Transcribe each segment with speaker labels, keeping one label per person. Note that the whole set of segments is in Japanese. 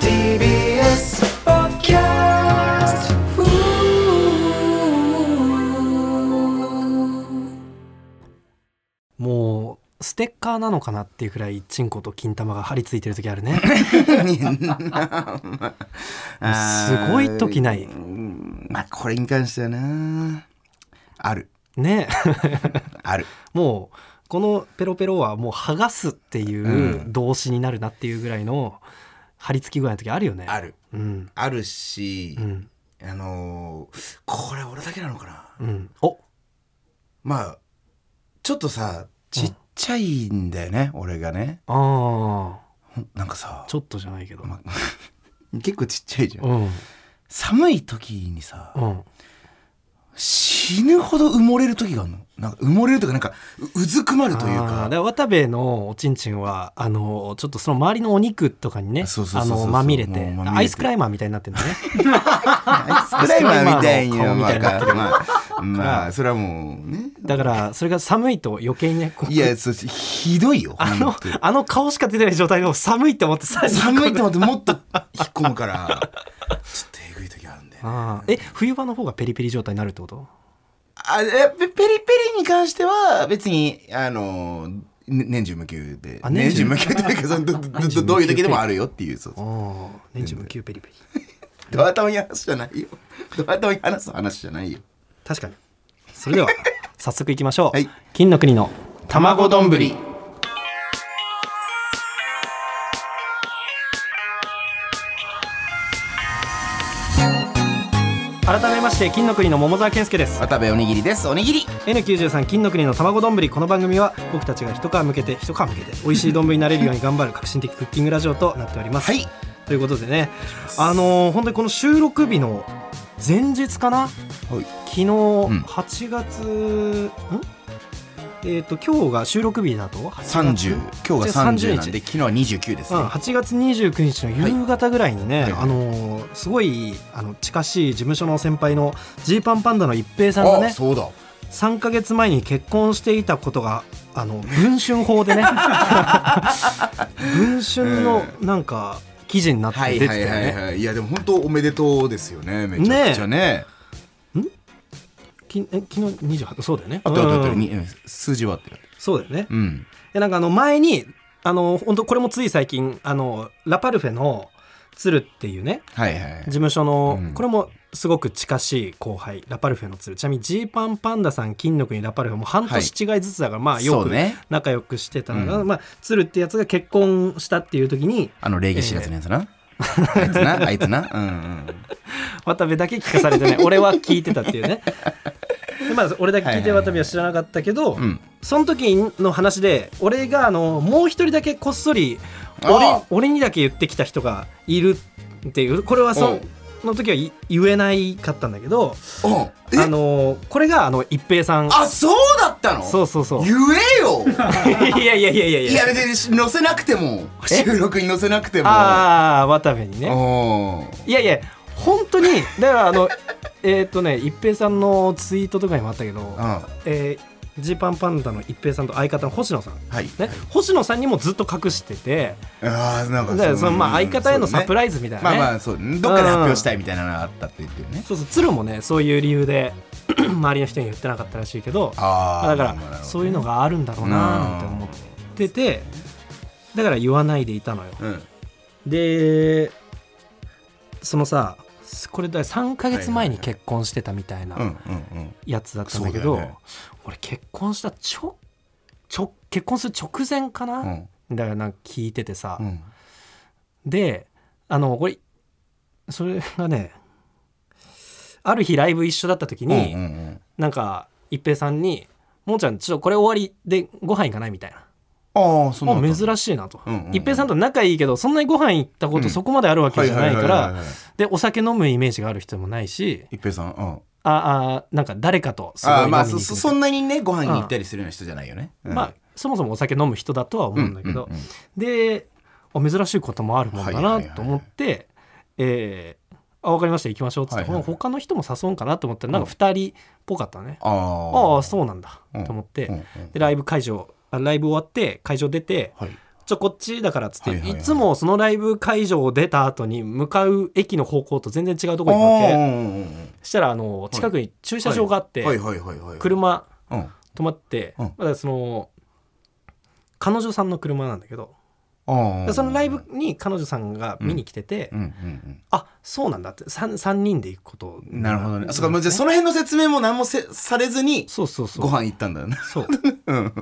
Speaker 1: TBS ポッキャスト
Speaker 2: もうステッカーなのかなっていうくらいチンコと金玉が張り付いてる時ある ねすごい時ない
Speaker 1: うんまあこれに関してはなある
Speaker 2: ね
Speaker 1: ある
Speaker 2: もうこのペロペロはもう剥がすっていう動詞になるなっていうぐらいの張り付き具合の時あるよね
Speaker 1: ある
Speaker 2: うん
Speaker 1: あるし、
Speaker 2: うん
Speaker 1: あのーこれ俺だけなのかな
Speaker 2: うんお
Speaker 1: まあちょっとさちっちゃいんだよね、俺がね
Speaker 2: あ
Speaker 1: ほんなんかさ
Speaker 2: あちょっとじゃないけど、
Speaker 1: ま 結構ちっちゃいじゃん
Speaker 2: うん
Speaker 1: 寒い時にさ
Speaker 2: うん
Speaker 1: 死ぬほど埋もれる時があるのなんか埋もれるというかなんかううずくまるという
Speaker 2: あーだ
Speaker 1: から
Speaker 2: 渡部のおちんちんはあのちょっとその周りのお肉とかにね
Speaker 1: そうそう
Speaker 2: あ
Speaker 1: そうそう
Speaker 2: のまみれ
Speaker 1: も
Speaker 2: て
Speaker 1: うまみれて
Speaker 2: アイスクライマーみたいになってるんだね
Speaker 1: アイスクライマーみたいにはま
Speaker 2: アイスクライマーの
Speaker 1: あまあまあそれはもうね
Speaker 2: だからそれが寒いと余計にねこう
Speaker 1: いやそしてひどいよ
Speaker 2: あの
Speaker 1: 本当に
Speaker 2: あの顔しか出てない状態でも寒いって思ってさ
Speaker 1: 寒いと思ってもっと引っ込むからちょっとえぐい時あるんだよね
Speaker 2: あーえ冬場の方がペリペリ状態になるってこと
Speaker 1: あえペペリペリに関しては別にあのね年中無休で
Speaker 2: あ
Speaker 1: 年
Speaker 2: 年
Speaker 1: 中
Speaker 2: 中
Speaker 1: 無休というかそのどどどどういう時でもあるよっていうそうそう
Speaker 2: ああ年中無休ペリペリ
Speaker 1: ドア頭に話すじゃないよドア頭に話す話じゃないよ
Speaker 2: 確かにそれでは 早速いきましょう、
Speaker 1: はい
Speaker 2: 金の国の
Speaker 1: 卵丼ぶり
Speaker 2: 改めまして金の国の桃沢健介です
Speaker 1: 渡部おにぎりですおにぎり
Speaker 2: N93 金の国の卵丼ぶりこの番組は僕たちが一皮向けて一皮向けて美味しい丼になれるように頑張る革新的クッキングラジオとなっております。
Speaker 1: はい
Speaker 2: ということでねあのー本当にこの収録日の前日かな
Speaker 1: はい
Speaker 2: 昨日
Speaker 1: ん
Speaker 2: 8月、んえっ、と今日が収録日だと8月
Speaker 1: 30今日が
Speaker 2: じゃ
Speaker 1: 30
Speaker 2: あ
Speaker 1: なんで昨日は29ですね、
Speaker 2: うん、8月29日の夕方ぐらいにね、
Speaker 1: はいはい
Speaker 2: あのーすごいあの近しい事務所の先輩のジーパンパンダの一平さんがね
Speaker 1: そうだ
Speaker 2: 3か月前に結婚していたことがあの文春 法でね文春のなんか記事になって
Speaker 1: はい
Speaker 2: 出て
Speaker 1: はい
Speaker 2: たよ
Speaker 1: はい
Speaker 2: ね
Speaker 1: はいいやでも本当おめでとうですよねめちゃくちゃね
Speaker 2: きえ昨日28そうだよね
Speaker 1: あったあったあった
Speaker 2: うん
Speaker 1: にうん数字はあってる
Speaker 2: そうだよね
Speaker 1: うん
Speaker 2: でなんかあの前にあの本当これもつい最近あのラパルフェの鶴っていうね
Speaker 1: はいは
Speaker 2: 事
Speaker 1: い
Speaker 2: 務所の、
Speaker 1: うん
Speaker 2: これもすごく近しい後輩ラパルフェの鶴ちなみにジーパンパンダさん金の国ラパルフェも半年違いずつだから、まあよ
Speaker 1: そう
Speaker 2: く
Speaker 1: ね
Speaker 2: 仲良くしてたのが、
Speaker 1: う
Speaker 2: まあ、鶴ってやつが結婚したっていう時に
Speaker 1: あの礼儀知らずのやつな、あいつ なあいつなうんうん
Speaker 2: 渡部だけ聞かされてね俺は聞いてたっ ていうねで、まあ、俺だけ聞い
Speaker 1: はいはい
Speaker 2: て
Speaker 1: はい
Speaker 2: 渡部は知らなかったけど、
Speaker 1: うん
Speaker 2: その時の話で俺があのもう一人だけこっそり
Speaker 1: あ
Speaker 2: 俺
Speaker 1: あ
Speaker 2: 俺にだけ言ってきた人がいるっていうこれはそ
Speaker 1: おう
Speaker 2: その時は言えないかったんだけど
Speaker 1: おうえ
Speaker 2: あのこれがあの一平さん
Speaker 1: あそうだったの
Speaker 2: そうそうそうい
Speaker 1: 言えよ
Speaker 2: やいやいやいやいや
Speaker 1: いや別に載せなくても
Speaker 2: え
Speaker 1: 収録に載せなくても
Speaker 2: ああ渡部にね
Speaker 1: おう
Speaker 2: いやいや本当にだからあの えーっとね一平さんのツイートとかにもあったけど
Speaker 1: あ
Speaker 2: えージーパンパンダの一平さんと相方の星野さん、
Speaker 1: はい
Speaker 2: ね、星野さんにもずっと隠してて
Speaker 1: ああなん
Speaker 2: だ
Speaker 1: か
Speaker 2: からそのまあ相方へのサプ
Speaker 1: イ
Speaker 2: ライズみたいな
Speaker 1: まあ
Speaker 2: ね
Speaker 1: まあそうどっかで発表したいみたいなのがあったって言ってるね
Speaker 2: そうそう鶴もねそういう理由で 周りの人に言ってなかったらしいけど
Speaker 1: ああ
Speaker 2: だからそういうのがあるんだろうなーなんて思っててだから言わないでいたのよ
Speaker 1: うん
Speaker 2: でそのさこれだ3ヶ月前に結婚してたみたいな、
Speaker 1: うんうんうん
Speaker 2: やつだったんだけど
Speaker 1: そうだよね
Speaker 2: 俺結婚したちょちょ結婚する直前か
Speaker 1: う
Speaker 2: な、
Speaker 1: ん
Speaker 2: だからなんか聞いててさ、
Speaker 1: うん
Speaker 2: であのこれそれがねある日ライブ一緒だった時に、
Speaker 1: うんうん
Speaker 2: なんか一平さんに「もーちゃんちょっとこれ終わりでご飯行かない?」みたいな
Speaker 1: うんああそんなのあ
Speaker 2: あ
Speaker 1: った
Speaker 2: 珍しいなと、
Speaker 1: うんうんうん
Speaker 2: 一平さんと仲いいけどそんなにご飯行ったこ
Speaker 1: う
Speaker 2: と
Speaker 1: ん
Speaker 2: そこまであるわけじゃないか
Speaker 1: ははは
Speaker 2: ら
Speaker 1: はいはい
Speaker 2: でお酒飲むイメージがある人もないし
Speaker 1: 一平さんうん
Speaker 2: ああなんか誰かとすごい
Speaker 1: あ
Speaker 2: 飲
Speaker 1: あ
Speaker 2: みに
Speaker 1: まあ
Speaker 2: 行く
Speaker 1: そ
Speaker 2: みた
Speaker 1: そ
Speaker 2: いな
Speaker 1: そんなにねご飯に行ったりするような人じゃないよねうん
Speaker 2: まあそもそもお酒飲む人だとは思うんだけど、
Speaker 1: うんうんうん
Speaker 2: であ珍しいこともあるもん
Speaker 1: は
Speaker 2: だ
Speaker 1: いはい
Speaker 2: な
Speaker 1: はいはい
Speaker 2: と思って、えーあ分かりました行きましょうっつって、
Speaker 1: はいはいはい
Speaker 2: 他の人も誘うんかなと思ったらなんか2人っぽかったね、
Speaker 1: あ
Speaker 2: あ
Speaker 1: あ
Speaker 2: あそうなんだと思って、
Speaker 1: うんうん
Speaker 2: でライブ会場ああライブ終わって会場出て
Speaker 1: はい。
Speaker 2: ちょこっちだからっつって、
Speaker 1: はい
Speaker 2: い
Speaker 1: はいはい
Speaker 2: つもそのライブ会場を出た後に向かう駅の方向と全然違うとこ行くわけそしたらあの近くに駐車場があって、
Speaker 1: はいはいはいはい。。
Speaker 2: 車
Speaker 1: うん。
Speaker 2: 止まって、
Speaker 1: うん
Speaker 2: まだその彼女さんの車なんだけど、
Speaker 1: あ
Speaker 2: でそのライブ。に彼女さんが見に来てて、
Speaker 1: うんうんうん。
Speaker 2: あそうなんだって 3, 3人で行くこと
Speaker 1: なるほどね。あそっか、も
Speaker 2: う
Speaker 1: うじゃあその辺の説明も何もせされずに、
Speaker 2: そうそうそう
Speaker 1: ご飯行ったんだよね。
Speaker 2: そう
Speaker 1: うん。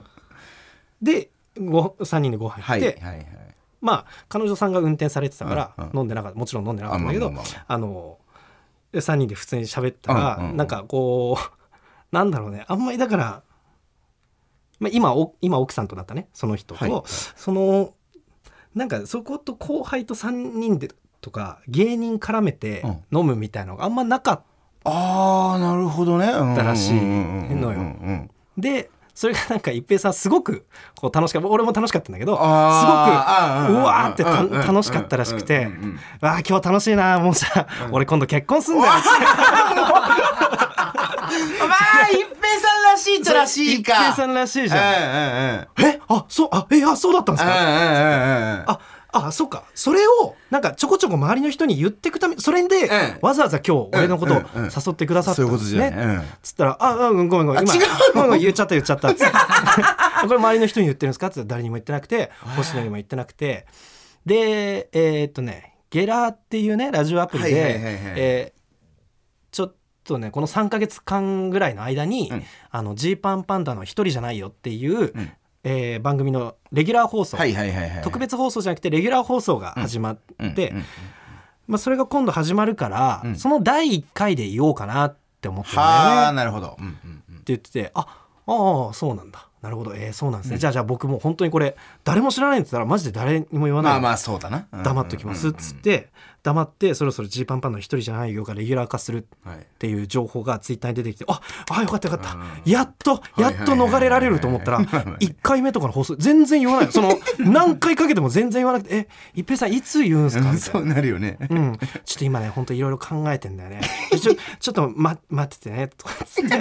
Speaker 2: でご3人でご飯行って、
Speaker 1: はいはいはい。
Speaker 2: まあ彼女さんが運転されてたから、
Speaker 1: うんうん
Speaker 2: 飲んでなかったもちろん飲んでなかったんだけど、
Speaker 1: あまあまあ
Speaker 2: あの3人で普通に喋ったら、
Speaker 1: うんうん
Speaker 2: なんかこうなんだろうねあんまりだから、まあ、今お今奥さんとなったねその人と、
Speaker 1: はいはい
Speaker 2: そのなんかそこと後輩と3人でとか芸人絡めて飲むみたいのがあんまなかっ
Speaker 1: あー、なるほどね。うんうんうんうんうんうん
Speaker 2: たらしいのよ
Speaker 1: うん
Speaker 2: たでそれがなんか一平さんすごくこう楽しかった俺も楽しかったんだけどす
Speaker 1: あー
Speaker 2: うわーってた
Speaker 1: うんうんうん
Speaker 2: 楽しかったらしくて
Speaker 1: うんうんうん
Speaker 2: ごく「わあ今日楽しいなもうさ、俺今度結婚すんだよ」
Speaker 1: まあ、一平さんらしいっちゃらしいか。
Speaker 2: 一平さんらしいじゃん。
Speaker 1: うんうんうん。
Speaker 2: えあそうあえあそうだったんですか
Speaker 1: あ
Speaker 2: ああそうかそれをなんかちょこちょこ周りの人に言ってくためそれで、
Speaker 1: ええ
Speaker 2: わざわざ今日俺のことを
Speaker 1: うんうんうん
Speaker 2: 誘ってくださった
Speaker 1: そう
Speaker 2: ん
Speaker 1: いうこと
Speaker 2: です
Speaker 1: じゃ
Speaker 2: ね、
Speaker 1: ない。うん
Speaker 2: つったら「あうんごめんごめん今
Speaker 1: あ違うの
Speaker 2: ごめんごめん言っちゃった言っちゃった」つって これ周りの人に言ってるんですか?」って言ったら誰にも言ってなくて星野にも言ってなくてでえーっとねゲラーっていうねラジオアプリで、
Speaker 1: はいはいはいはい
Speaker 2: えーちょっとねこの3か月間ぐらいの間に
Speaker 1: うん
Speaker 2: あのジー、パンパンダの「一人じゃないよ」っていう、
Speaker 1: うん
Speaker 2: えー番組のレギュラー放送、
Speaker 1: はいはいはいはい。
Speaker 2: 特別放送じゃなくてレギュラー放送が始まって、
Speaker 1: うんうん
Speaker 2: まあ、それが今度始まるから、
Speaker 1: うん
Speaker 2: その第1回で言おうかなって思ってるんだよね
Speaker 1: は。あ、なるほど。うんうんうん
Speaker 2: って言ってて「あああそうなんだなるほどえー、そうなんですね、じゃあじゃあ僕もう本当にこれ誰も知らないんだったらマジで誰にも言わない、
Speaker 1: まあまあ、そうだな。うん
Speaker 2: 黙っときます」っつっ。て黙ってそろそろジーパンパンの一人じゃないよがレギュラー化する
Speaker 1: うんうんはい
Speaker 2: っていう情報がツイッターに出てきて「ああよかったよかった、
Speaker 1: うん
Speaker 2: やっとやっと逃れられる」と 思ったら
Speaker 1: はいはいはいはい
Speaker 2: 1回目とかの放送全然言わないその何回かけても全然言わなくて「え一平さんいつ言うんすか?」みた い
Speaker 1: そ
Speaker 2: な
Speaker 1: うなるよね。
Speaker 2: うん、ちょっと今ね本当いろいろ考えてんだよね ちょちょっと、ま、待っててねとかっつって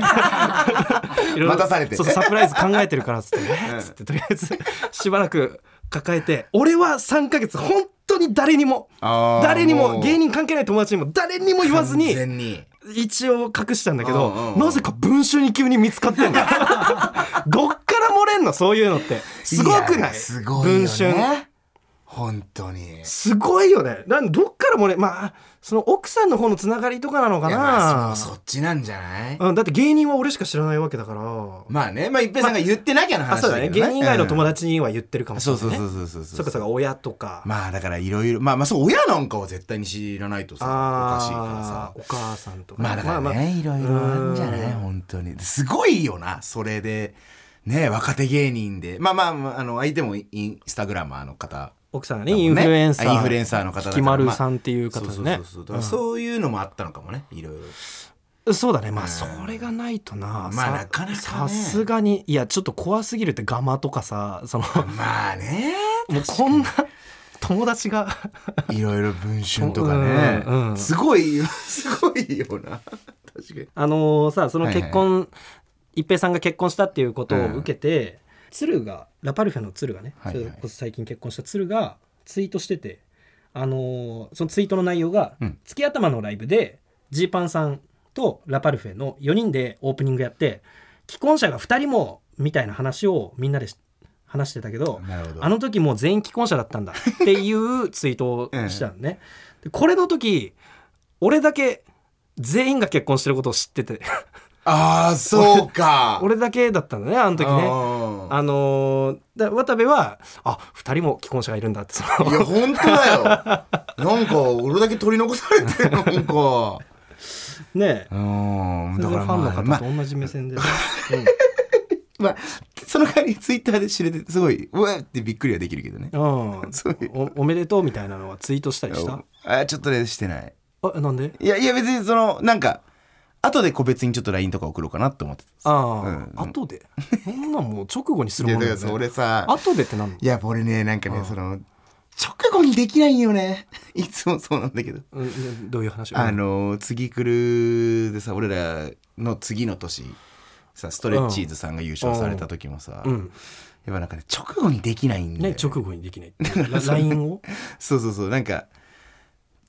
Speaker 2: いろいろ
Speaker 1: 待たされて
Speaker 2: そうそうサプライズ考えてるからっつ ってねつってとりあえずしばらく抱えて俺は3ヶ月本当に誰にも
Speaker 1: あー
Speaker 2: 誰にも
Speaker 1: う
Speaker 2: 芸人関係ない友達にも誰にも言わずに
Speaker 1: 完全に。
Speaker 2: 一応隠したんだけ
Speaker 1: うんうんうん
Speaker 2: どなぜか文集に急に見つかって んのどっから漏れんのそういうのってすごくない
Speaker 1: やすごいよね。
Speaker 2: 文春
Speaker 1: 本当に。
Speaker 2: すごいよね。なんどっからもね、まあ、その奥さんの方のつながりとかなのか
Speaker 1: いやま
Speaker 2: な
Speaker 1: あ。そうそっちなんじゃない
Speaker 2: うん、だって芸人は俺しか知らないわけだから。
Speaker 1: まあね、まあ一平さんが言ってなきゃの
Speaker 2: あ、
Speaker 1: 話
Speaker 2: そうだ
Speaker 1: だ
Speaker 2: ね。
Speaker 1: けどね。
Speaker 2: 芸人以外の友
Speaker 1: 達。
Speaker 2: 達には言ってるかもし
Speaker 1: そ
Speaker 2: れ
Speaker 1: う
Speaker 2: ない、
Speaker 1: そう
Speaker 2: ね。
Speaker 1: そうそうそう。
Speaker 2: そうかそうか、親とか。
Speaker 1: まあだからいろいろまあまあそう親なんかは絶対に知らないとさおかしいから
Speaker 2: あ
Speaker 1: さ
Speaker 2: あ、お母さんとか。
Speaker 1: まあだからね、いろいろあるんじゃない
Speaker 2: うん
Speaker 1: 本当にすごいよなそれでね若手芸人でまあまあまああの相手もインスタグラマーの方
Speaker 2: 奥さんがね、インフルエンサー。
Speaker 1: あインフルエンサーの方だから
Speaker 2: きまるさんっていう
Speaker 1: そ
Speaker 2: 方
Speaker 1: う
Speaker 2: です
Speaker 1: そう
Speaker 2: ね
Speaker 1: そう。そうだからそういうのもあったのかもねいろいろ
Speaker 2: そうだね。まあ、それがないとな。
Speaker 1: まあ
Speaker 2: さ
Speaker 1: なかなかね
Speaker 2: さすがに、いや、ちょっと怖すぎるって、ガマとかさ、 その、
Speaker 1: まあ ね
Speaker 2: もうこんな友達が。
Speaker 1: いろいろ文春とかね、
Speaker 2: うんうん
Speaker 1: すごいすごいよな確かに
Speaker 2: あのさその
Speaker 1: はいはい
Speaker 2: 結婚、一平さんが結婚したっていうことを受けて、鶴がラパルフェの鶴がね、
Speaker 1: はいはい
Speaker 2: それこそ最近結婚した鶴がツイートしてて、あのーそのツイートの内容が、
Speaker 1: うん
Speaker 2: 月頭のライブでジーパンさんとラパルフェの4人でオープニングやって既婚者が2人もみたいな話をみんなでし話してたけど
Speaker 1: なるほど
Speaker 2: あの時もう全員既婚者だったんだっていうツイートをしたのね。でこれの時俺だけ全員が結婚してることを知ってて
Speaker 1: ああそうか
Speaker 2: 俺だけだったんだねあの時ね。
Speaker 1: ね
Speaker 2: あのーだ渡部はあ二人も既婚者がいるんだってそ
Speaker 1: い
Speaker 2: の
Speaker 1: や本当だよなんか俺だけ取り残されてる なんか
Speaker 2: ね
Speaker 1: うん
Speaker 2: それ
Speaker 1: だか
Speaker 2: で
Speaker 1: ら
Speaker 2: ファンの
Speaker 1: まあ、ま
Speaker 2: 方
Speaker 1: あ
Speaker 2: と同じ目 線でね、
Speaker 1: まあ、その代わりツイッターで知れてすごいうわってびっくりはできるけどね
Speaker 2: うん、うん
Speaker 1: そういう
Speaker 2: おおめでとうみたいなのはツイートしたりした
Speaker 1: あちょっとねしてない
Speaker 2: あなんで
Speaker 1: いやいや別にそのなんか後で個別にちょっと LINE とか送ろうかなって思ってた
Speaker 2: ああ、
Speaker 1: うん
Speaker 2: 後でそんなんもう直後にする
Speaker 1: いや
Speaker 2: も
Speaker 1: だ
Speaker 2: の
Speaker 1: から
Speaker 2: です
Speaker 1: さ
Speaker 2: ね
Speaker 1: 俺さ
Speaker 2: 後でってなんの
Speaker 1: いや俺ねなんかねその直後にできないんよね いつもそうなんだけど
Speaker 2: うんどういう話
Speaker 1: あの次来るでさ俺らの次の年さストレッチーズさんが優勝された時もさ、
Speaker 2: うん
Speaker 1: やっぱなんかね直後にできないんで、
Speaker 2: ね、直後にできない っていう。ラ LINE を
Speaker 1: そうそうそうなんか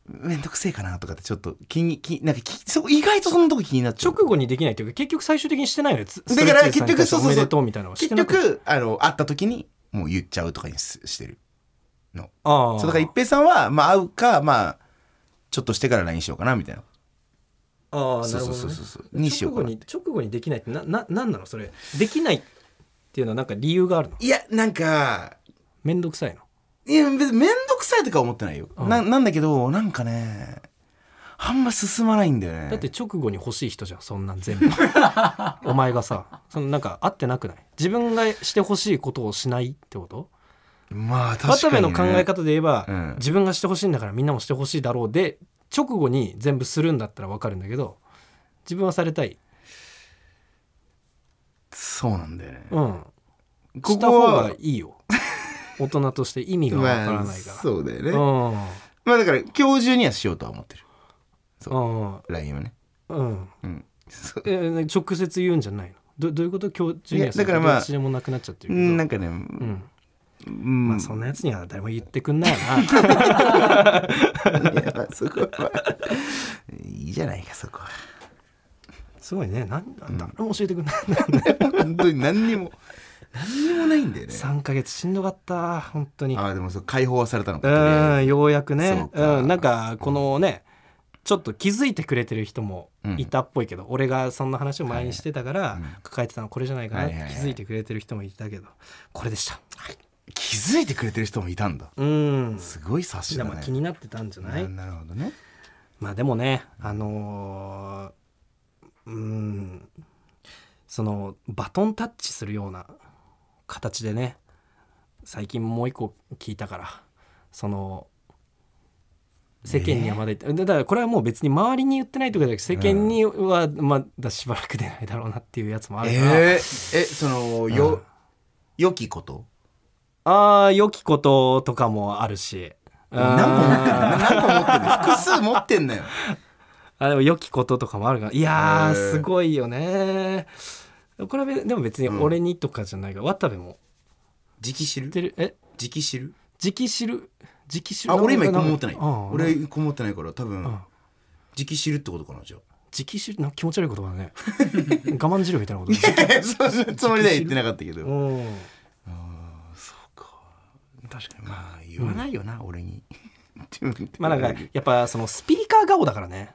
Speaker 1: めんどくせえかなとかってちょっと気に気になんかきそう意外とそんなとこ気になっちゃ
Speaker 2: 直
Speaker 1: う
Speaker 2: 後にできないというか、結局最終的にしてないのよ。つ
Speaker 1: だから
Speaker 2: ストレッチーさんに対して
Speaker 1: 結局そうそうそう
Speaker 2: おめでとうみたいなのはし
Speaker 1: 結
Speaker 2: てなくて
Speaker 1: 局あの会った時にもう言っちゃうとかにすしてる
Speaker 2: ああ。
Speaker 1: そうだから一平さんはまあ会うかまあちょっとしてから LINE しようかなみたいな
Speaker 2: ああ、な
Speaker 1: そう
Speaker 2: る
Speaker 1: そ
Speaker 2: ほ
Speaker 1: うそ
Speaker 2: ど
Speaker 1: う
Speaker 2: ね。
Speaker 1: そうそうにしよ
Speaker 2: 直
Speaker 1: う
Speaker 2: 後
Speaker 1: かな
Speaker 2: に、直後にできないって、な、な、なんなのそれ。できないっていうのはなんか理由があるの
Speaker 1: いやなんか
Speaker 2: めんどくさいの。
Speaker 1: いや別に面倒くさいとか思ってないよ、
Speaker 2: うん
Speaker 1: ななんだけどなんかねあんま進まないんだよね
Speaker 2: だって直後に欲しい人じゃんそんなん 全部お前がさそのなんか合ってなくない自分がしてほしいことをしないってこと
Speaker 1: まあ確
Speaker 2: 渡
Speaker 1: か
Speaker 2: 部
Speaker 1: に、
Speaker 2: の
Speaker 1: ね、
Speaker 2: 考え方で言えば、
Speaker 1: うん
Speaker 2: 自分がしてほしいんだからみんなもしてほしいだろうで直後に全部するんだったら分かるんだけど自分はされたい、
Speaker 1: そうなんだよね
Speaker 2: うん、
Speaker 1: こ
Speaker 2: した
Speaker 1: こ
Speaker 2: 方
Speaker 1: は
Speaker 2: がいいよ 大人として意味が分からないから、
Speaker 1: まあそうだよね、
Speaker 2: うん
Speaker 1: まあだから今日中にはしようとは思ってる
Speaker 2: うん
Speaker 1: LINE はね
Speaker 2: うん
Speaker 1: うん そう
Speaker 2: え直接言うんじゃないのどどういうこと今日ジュニアさん
Speaker 1: いやだからまあ
Speaker 2: どっちでもなくなっちゃってるけど
Speaker 1: なんかね
Speaker 2: うん
Speaker 1: うん
Speaker 2: まあそんなやつには誰も言ってくんない よ
Speaker 1: いやまあそこはいいじゃないかそこは
Speaker 2: なすごいねなん誰も教えてくんない
Speaker 1: 本当に何にも何にもないんだよね
Speaker 2: 3ヶ月しんどかった本当に
Speaker 1: ああでもそう解放はされたのかとりあえ
Speaker 2: うんようやく
Speaker 1: そ
Speaker 2: ね
Speaker 1: うか
Speaker 2: うんなんかこのねちょっと気づいてくれてる人もいたっぽいけど、俺がそんな話を前にしてたから、
Speaker 1: うん
Speaker 2: 抱えてたのこれじゃないかなって
Speaker 1: はいはいはい
Speaker 2: 気づいてくれてる人もいたけどこれでした、はい、
Speaker 1: ず気づいてくれてる人もいたんだ
Speaker 2: うん
Speaker 1: すごい察し
Speaker 2: じ
Speaker 1: だ
Speaker 2: ゃあ
Speaker 1: ね
Speaker 2: まあ気になってたんじゃない
Speaker 1: ななるほどね
Speaker 2: まあでもねあのーうーんそのバトンタッチするような形でね最近もう一個聞いたからその世間にはまだ言って、だからこれはもう別に周りに言ってないとかじゃなくて世間にはまだしばらく出ないだろうなっていうやつもあるから、
Speaker 1: えー、えそのよ、良きこと
Speaker 2: ああ良きこととかもあるし
Speaker 1: 何個持ってんの
Speaker 2: う
Speaker 1: 何
Speaker 2: ん
Speaker 1: 個持ってんの 複数持ってんのよ
Speaker 2: あでも良きこととかもあるからい
Speaker 1: へ
Speaker 2: やー
Speaker 1: ー
Speaker 2: すごいよねこれはでも別に俺にとかじゃないから、渡部も
Speaker 1: 直知
Speaker 2: 知っ
Speaker 1: る
Speaker 2: てるえ
Speaker 1: 直知る
Speaker 2: 直知る直知る
Speaker 1: あ俺今
Speaker 2: な
Speaker 1: 一
Speaker 2: んか
Speaker 1: 個も持ってない
Speaker 2: ああ
Speaker 1: 俺
Speaker 2: うん
Speaker 1: 一個持ってないから多分
Speaker 2: 直
Speaker 1: 直知るってことかなじゃあ
Speaker 2: 知るなんか気持ち悪い言葉 だね我慢汁みたいなことだね
Speaker 1: え そうそうつもりでは言ってなかったけど
Speaker 2: うん
Speaker 1: そうか確かにまあ言わないよな、俺に
Speaker 2: まあなんかやっぱそのスピーカー顔だからね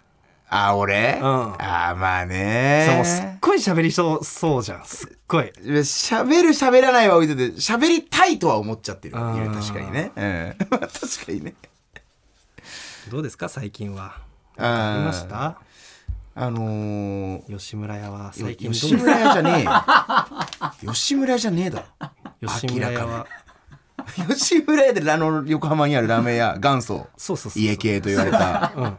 Speaker 1: あ俺、
Speaker 2: ん
Speaker 1: あまあ
Speaker 2: そのすっ
Speaker 1: ね
Speaker 2: ごい喋りそうそうじゃんすっごい
Speaker 1: 喋る喋らないは置いといて喋りたいとは思っちゃってるい
Speaker 2: あー
Speaker 1: や確かにね、うん、 まあ確かにね
Speaker 2: どうですか最近は
Speaker 1: あ
Speaker 2: ありました
Speaker 1: あのー、
Speaker 2: 吉村屋は最近
Speaker 1: 吉
Speaker 2: どう
Speaker 1: 村屋じゃねえよ 吉村屋じゃねえだろ
Speaker 2: 吉村屋は
Speaker 1: 吉村屋であの横浜にあるラーメン屋元祖
Speaker 2: そうそうそう
Speaker 1: 家系と言われた
Speaker 2: うん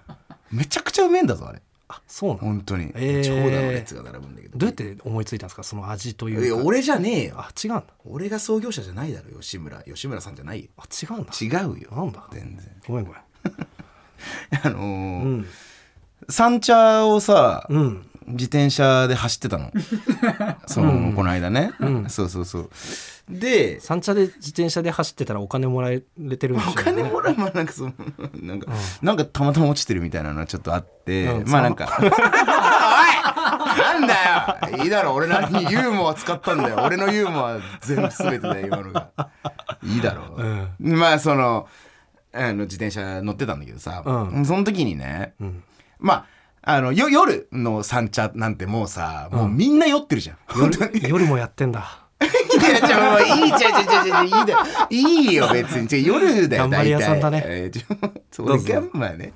Speaker 1: めちゃくちゃうめえんだぞあれ
Speaker 2: あそうなの
Speaker 1: 本当に、
Speaker 2: えー
Speaker 1: 長蛇の列が並ぶんだけど
Speaker 2: どうやって思いついたんですかその味と
Speaker 1: い
Speaker 2: い
Speaker 1: や
Speaker 2: うか
Speaker 1: 俺じゃねえよ
Speaker 2: あ違うんだ
Speaker 1: 俺が創業者じゃないだろ吉村吉村さんじゃないよ
Speaker 2: あ違うんだ
Speaker 1: 違うよ
Speaker 2: なんだ
Speaker 1: 全然
Speaker 2: ごめんごめん
Speaker 1: あの
Speaker 2: う
Speaker 1: ー
Speaker 2: ん
Speaker 1: 三茶をさ
Speaker 2: うん
Speaker 1: 自転車で走ってたのその、この間ね、
Speaker 2: ん
Speaker 1: そうそうそうで
Speaker 2: 三茶で自転車で走ってたらお金もらえれてるんでしょ
Speaker 1: お金もらうまあなんかその なんか、なんかたまたま落ちてるみたいなのはちょっとあって、
Speaker 2: うん
Speaker 1: まあなんか おいなんだよいいだろ俺なりにユーモア使ったんだよ俺のユーモア全部全てだよ今のがいいだろまあそのあの自転車乗ってたんだけどさ、
Speaker 2: う
Speaker 1: その時にね、
Speaker 2: ん
Speaker 1: まああのよ夜の三茶なんてもうさもうみんな酔ってるじゃん、本当に
Speaker 2: 夜夜もやって んだ
Speaker 1: いや、ちょ、もういい、ちょ、ちょ、ちょ、ちょ、いいだよ。いいよ、別に。ちょ、夜だよ、
Speaker 2: 頑張り屋さんだね
Speaker 1: 大体えーちょ、そ
Speaker 2: どう
Speaker 1: う、
Speaker 2: ぞ
Speaker 1: 俺が、まあね。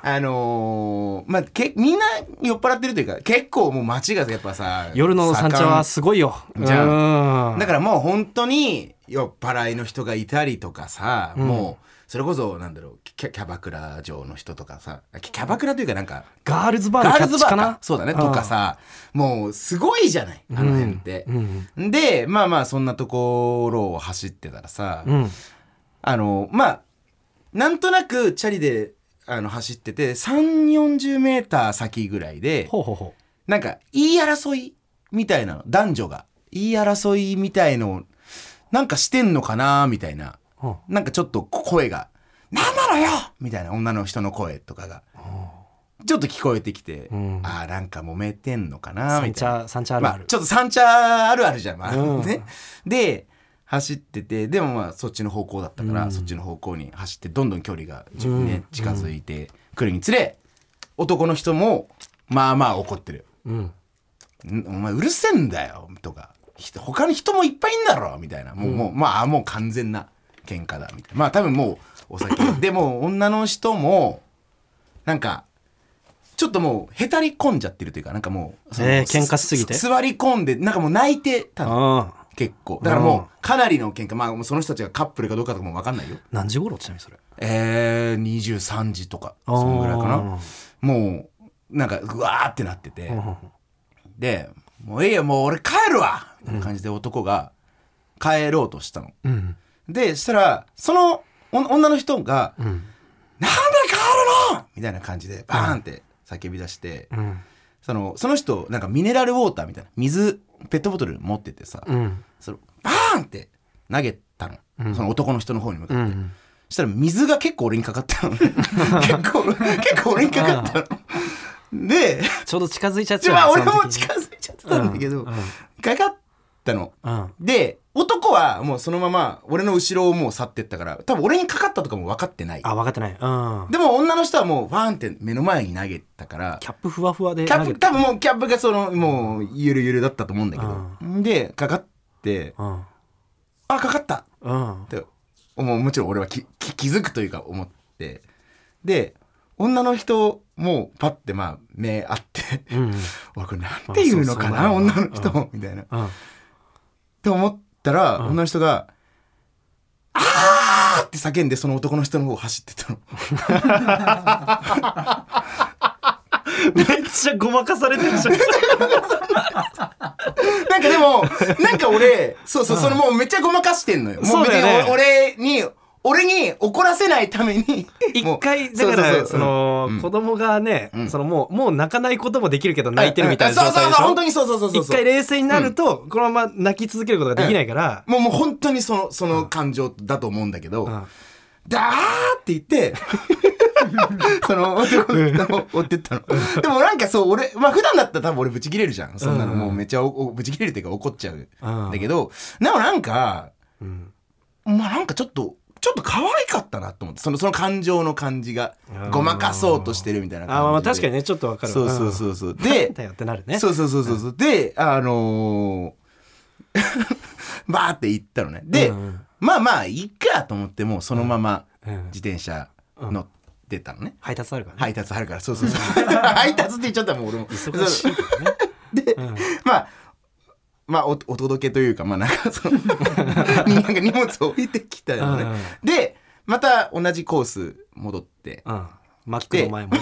Speaker 1: あのー、まあ、け、みんな酔っ払ってるというか、結構もう街がやっぱさ、
Speaker 2: 夜の三茶はすごいよ
Speaker 1: 盛んじゃ
Speaker 2: ん
Speaker 1: 盛んだからもう本当に酔っ払いの人がいたりとかさ、もう、それこそ、なんだろう、キャキャバクラ上の人とかさ、キャバクラというかなんか、
Speaker 2: ガールズバーの
Speaker 1: ガ
Speaker 2: キ
Speaker 1: ー
Speaker 2: ャ
Speaker 1: ル
Speaker 2: ッ
Speaker 1: ズ
Speaker 2: チ
Speaker 1: バー
Speaker 2: か
Speaker 1: か
Speaker 2: な。
Speaker 1: そうだね。
Speaker 2: うん
Speaker 1: とかさ、もうすごいじゃない。あの辺って
Speaker 2: う。ん
Speaker 1: で、まあまあ、そんなところを走ってたらさ、
Speaker 2: うん
Speaker 1: あの、まあ、なんとなくチャリで、あの、走ってて、3、40メーター先ぐらいで、
Speaker 2: ほうほうほ
Speaker 1: なんか、言い争いみたいなの、男女が。言い争いみたいのなんかしてんのかなみたいな
Speaker 2: うん
Speaker 1: なんかちょっと声が「なんなのよ!」みたいな女の人の声とかがちょっと聞こえてきて、
Speaker 2: うん
Speaker 1: あーなんか揉めてんのかな
Speaker 2: 三
Speaker 1: みたいな
Speaker 2: 茶三茶ある
Speaker 1: ま
Speaker 2: あ
Speaker 1: あ
Speaker 2: る、
Speaker 1: ちょっと三茶あるあるじゃん、まあ
Speaker 2: うん
Speaker 1: ね、で走っててでもまあそっちの方向だったから、そっちの方向に走ってどんどん距離が自分で近づいてくるにつれ、男の人もまあまあ怒ってる
Speaker 2: うん
Speaker 1: んお前うるせえんだよとかひ他に人もいっぱいいんだろみたいなもう,、もうまあもう完全な喧嘩だみたいなまあ多分もうお 酒でも女の人もなんかちょっともうへたり込んじゃってるというかなんかもうその
Speaker 2: えー喧嘩しすぎて
Speaker 1: 座り込んでなんかもう泣いてたの
Speaker 2: ああ
Speaker 1: 結構だから
Speaker 2: うん
Speaker 1: もうかなりの喧嘩まあもうその人たちがカップルかどうかとかも分かんないよ
Speaker 2: 何時頃ちなみにそれ
Speaker 1: えー、23時とかそのぐらいかなもうなんかうわーってなってて、で、もういいよ、もう俺帰るわみたいな感じで男が帰ろうとしたの。
Speaker 2: うん
Speaker 1: で、したら、そのお女の人が、
Speaker 2: うんうん
Speaker 1: なんで帰るのみたいな感じで、バーンって叫び出して、
Speaker 2: うん
Speaker 1: その、その人、なんかミネラルウォーターみたいな、水、ペットボトル持っててさ、
Speaker 2: うん
Speaker 1: その、バーンって投げたの。
Speaker 2: うん
Speaker 1: その男の人の方に向かっ
Speaker 2: う
Speaker 1: て。
Speaker 2: ん
Speaker 1: そしたら水が結構俺にかかった のね。結構、結構俺にかかったの。で、
Speaker 2: ちょうど近づいちゃっ
Speaker 1: じ
Speaker 2: た
Speaker 1: ゃあまあ俺も近づいちゃってたんだけど、
Speaker 2: うんうん
Speaker 1: かかったの。
Speaker 2: うん
Speaker 1: で、男はもうそのまま俺の後ろをもう去ってったから、多分俺にかかったとかも分かってない。
Speaker 2: あ分かってないうん
Speaker 1: でも女の人はもうバーンって目の前に投げたから
Speaker 2: キ、ャップふわふわで
Speaker 1: キャ
Speaker 2: 投
Speaker 1: ッ
Speaker 2: げ
Speaker 1: プ、
Speaker 2: て
Speaker 1: 多分もうキャップがその、もうゆるゆるだったと思うんだけど。で、かかって、
Speaker 2: うん
Speaker 1: あ、かかったっ
Speaker 2: うん
Speaker 1: て、もうもちろん俺はきき気づくというか思って。で、女の人もパッてまあ目合って、
Speaker 2: うん
Speaker 1: 俺これなんて言うのかな、
Speaker 2: まあそうそう
Speaker 1: 女
Speaker 2: だよ
Speaker 1: の人も、みたいな。
Speaker 2: うん
Speaker 1: って思ったら、
Speaker 2: うん
Speaker 1: 女の人が「あー!」って叫んでその男の人の方を走って ったの
Speaker 2: めっちゃごまかされてるじゃん
Speaker 1: なんかでもなんか俺そうそう、それもうめっちゃごまかしてんのよも
Speaker 2: そうだよ
Speaker 1: 別
Speaker 2: ね
Speaker 1: に俺に俺に怒らせないためにもう
Speaker 2: 一回だから
Speaker 1: う
Speaker 2: そう
Speaker 1: う
Speaker 2: の、
Speaker 1: うん
Speaker 2: 子供がね、
Speaker 1: ん
Speaker 2: そのもうもう泣かないこともできるけど 泣いてるみたいな
Speaker 1: あ
Speaker 2: 状
Speaker 1: そう そ
Speaker 2: 態
Speaker 1: うそう
Speaker 2: でしょ
Speaker 1: 本当にそうそうそうそう
Speaker 2: 一回冷静になると、このまま泣き続けることができないから、
Speaker 1: もうもう本当にそのその感情だと思うんだけど、
Speaker 2: うん
Speaker 1: だーって言 って、その男の人を追ってったの。でもなんかそう、俺、まあ普段だったら多分俺ブチ切れるじゃん。そんなのもうめっちゃおおブチ切れるっていうか怒っちゃう。
Speaker 2: うん
Speaker 1: だけど、でもなんか、
Speaker 2: うん
Speaker 1: まあなんかちょっと、ちょっと可愛かったなと思って、そのその感情の感じが
Speaker 2: う、ん
Speaker 1: ごまかそうとしてるみたいな感じで。
Speaker 2: あまあ確かにねちょっとわかる
Speaker 1: そうそう
Speaker 2: う
Speaker 1: そうそう。
Speaker 2: ん
Speaker 1: で
Speaker 2: なん、だよってな るね
Speaker 1: そうそうそうそうそう。で、あのー バーって行ったのね。で、
Speaker 2: うんうん
Speaker 1: まあまあ、いいかと思って、もうそのまま
Speaker 2: うん
Speaker 1: 自転車乗ってたのね。
Speaker 2: 配達あるからね、
Speaker 1: 配達あるから、そうそうそう。 配達って言っちゃったもん、俺も。
Speaker 2: 忙しいからね
Speaker 1: で、
Speaker 2: ん
Speaker 1: まあ、まあお、お届けというか、まあ、なんかその、 になんか荷物を置いてきたよね。
Speaker 2: うんうん
Speaker 1: で、また同じコース戻って。
Speaker 2: うんマックの前も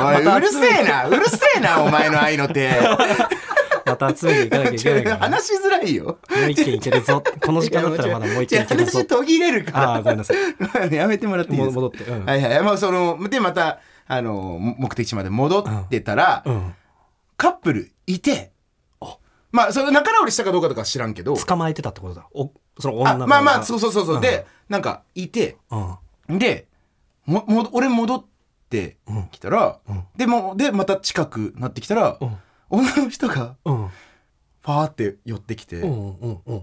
Speaker 1: おい、うるせえな、うるせえ な、お前の愛の手。
Speaker 2: また集めていかなきゃいけないから、ね、
Speaker 1: 話しづらいよ。
Speaker 2: もう一軒いけるぞこの時間だったらまだもう一軒いけるぞ
Speaker 1: 話途切れる
Speaker 2: ああ
Speaker 1: か
Speaker 2: ごめんなさい
Speaker 1: ら。 やめてもらっていいで
Speaker 2: も
Speaker 1: すか
Speaker 2: 戻ってうん、
Speaker 1: はいはい。まあ、その、で、また、あの、も目的地まで戻ってたら、
Speaker 2: うん、
Speaker 1: カップルいて、まあ、それ仲直りしたかどうかとかは知らんけど、
Speaker 2: 捕まえてたってことだおその女
Speaker 1: あ
Speaker 2: の子
Speaker 1: まあまあ、そう
Speaker 2: う、
Speaker 1: そうそうそう。
Speaker 2: ん
Speaker 1: で、なんか、いて、
Speaker 2: うん
Speaker 1: で、も、も、俺戻って
Speaker 2: うん
Speaker 1: きたら
Speaker 2: うん、
Speaker 1: で、もう、で、また近くなってきたら
Speaker 2: う、ん
Speaker 1: 女の人が、
Speaker 2: うん
Speaker 1: ファーって寄ってき
Speaker 2: う
Speaker 1: て、
Speaker 2: んうんうん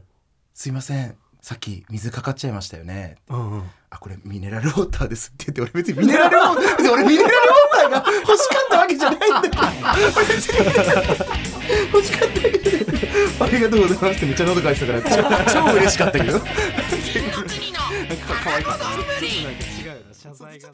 Speaker 1: すいません、さっき水かかっちゃいましたよね。
Speaker 2: うんうん
Speaker 1: あ、これミネラルウォーターですって言って、俺別にミネラルウォーター、別に俺ミネラルウォーターが欲しかったわけじゃないんだけど、俺別に欲しかったわけじゃない。ありがとうございますってめっちゃ喉乾いてたから、 超超嬉しかったけど。なんか可愛かった。
Speaker 2: 違うよな謝罪がな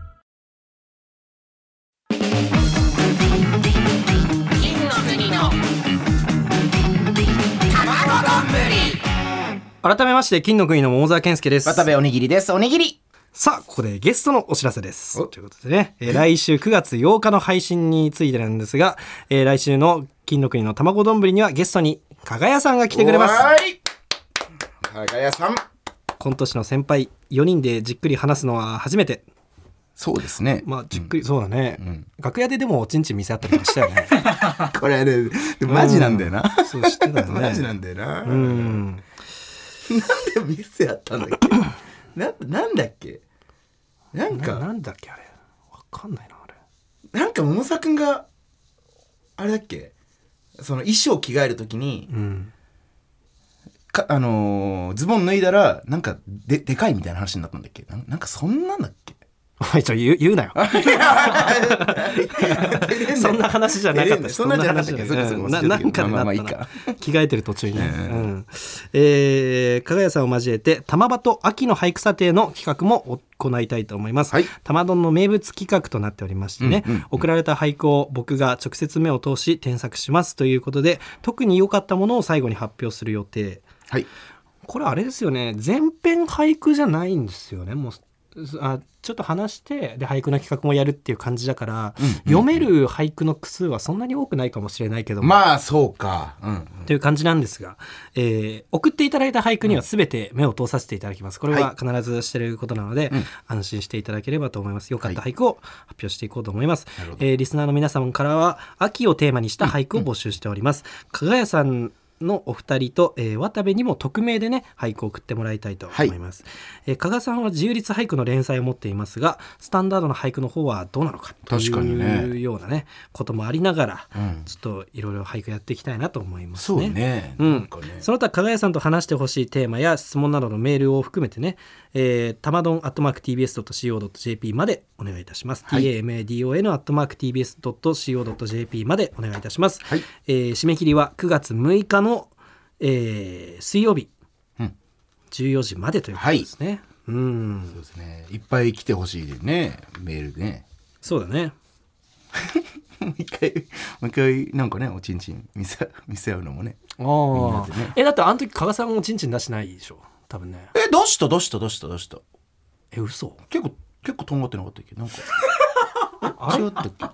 Speaker 3: 金の国の
Speaker 2: 改めまして金の国の桃沢健介です
Speaker 1: 渡部おにぎりですおにぎり
Speaker 2: さあここでゲストのお知らせです
Speaker 1: お
Speaker 2: ということでね、えー来週9月8日の配信についてなんですが、えー来週の金の国の卵丼にはゲストに加賀谷さんが来てくれます
Speaker 1: はーい加賀屋さん
Speaker 2: 今年の先輩4人でじっくり話すのは初めて
Speaker 1: そうですね
Speaker 2: まあじっくり、そうだね、楽屋ででもおちんちん見せ合ったりもしたよね
Speaker 1: これねでもマジなんだよな
Speaker 2: そうしてたよね
Speaker 1: マジなんだよな
Speaker 2: う
Speaker 1: なんで
Speaker 2: ん
Speaker 1: ミスやったんだっけななんだっけなん
Speaker 2: なな
Speaker 1: か
Speaker 2: んだっけあれわかんないなあれ
Speaker 1: なんか桃沢君があれだっけその衣装着替えるときに、
Speaker 2: うん
Speaker 1: かあのーズボン脱いだらなんかででかいみたいな話になったんだっけなんなんかそんなんだっけ
Speaker 2: おいちょ言う言うなよ そんな話じゃなかったし
Speaker 1: そんなんじゃなかったっけ
Speaker 2: そんな話じゃ
Speaker 1: そっか
Speaker 2: ない
Speaker 1: そっか
Speaker 2: ななんかで
Speaker 1: まあま
Speaker 2: な
Speaker 1: あまあいい
Speaker 2: った
Speaker 1: か
Speaker 2: な着替えてる途中にね、うんえー、加賀谷さんを交えて玉場と秋の俳句査定の企画も行いたいと思います、
Speaker 1: はい
Speaker 2: 玉丼の名物企画となっておりましてね、
Speaker 1: うんうんうん
Speaker 2: 送られた俳句を僕が直接目を通し添削しますということで特に良かったものを最後に発表する予定
Speaker 1: はい
Speaker 2: これあれですよね全編俳句じゃないんですよねもうあちょっと話してで俳句の企画もやるっていう感じだから、読める俳句の句数はそんなに多くないかもしれないけども、
Speaker 1: まあそうかうん
Speaker 2: という感じなんですが、えー送っていただいた俳句には全て目を通させていただきますこれは必ずしてることなので、安心していただければと思いますよかった俳句を発表していこうと思います、
Speaker 1: るほ
Speaker 2: えーリスナーの皆様からは秋をテーマにした俳句を募集しております、加賀谷さんのお二人と、えー渡部にも匿名でね俳句を送ってもらいたいと思います、えー加賀さんは自由律俳句の連載を持っていますがスタンダードの俳句の方はどうなのかと
Speaker 1: 確かにね
Speaker 2: いうようなねこともありながら、
Speaker 1: うん
Speaker 2: ちょっといろいろ俳句やっていきたいなと思います
Speaker 1: そうね
Speaker 2: うん
Speaker 1: なんかね
Speaker 2: その他加賀谷さんと話してほしいテーマや質問などのメールを含めてね、えー、たまどん atmarktbs.co.jp までお願いいたします、
Speaker 1: はい
Speaker 2: tamadon atmarktbs.co.jp までお願いいたします、
Speaker 1: はい
Speaker 2: えー締め切りは9月6日の、えー水曜日、
Speaker 1: うん
Speaker 2: 14時までということですね、うん
Speaker 1: そうですねいっぱい来てほしいでねメールでね
Speaker 2: そうだね
Speaker 1: もう一回もう一回なんかねおちんちん見せ 見せ合うのもね
Speaker 2: あ
Speaker 1: なでね
Speaker 2: えだってあの時加賀さんもちんちん出してないでしょ多分ね
Speaker 1: えどうしたどうしたどうしたどうした
Speaker 2: え嘘
Speaker 1: 結構結構とんがってなかったっけ なんか
Speaker 2: あ
Speaker 1: 違
Speaker 2: れ
Speaker 1: ったっけ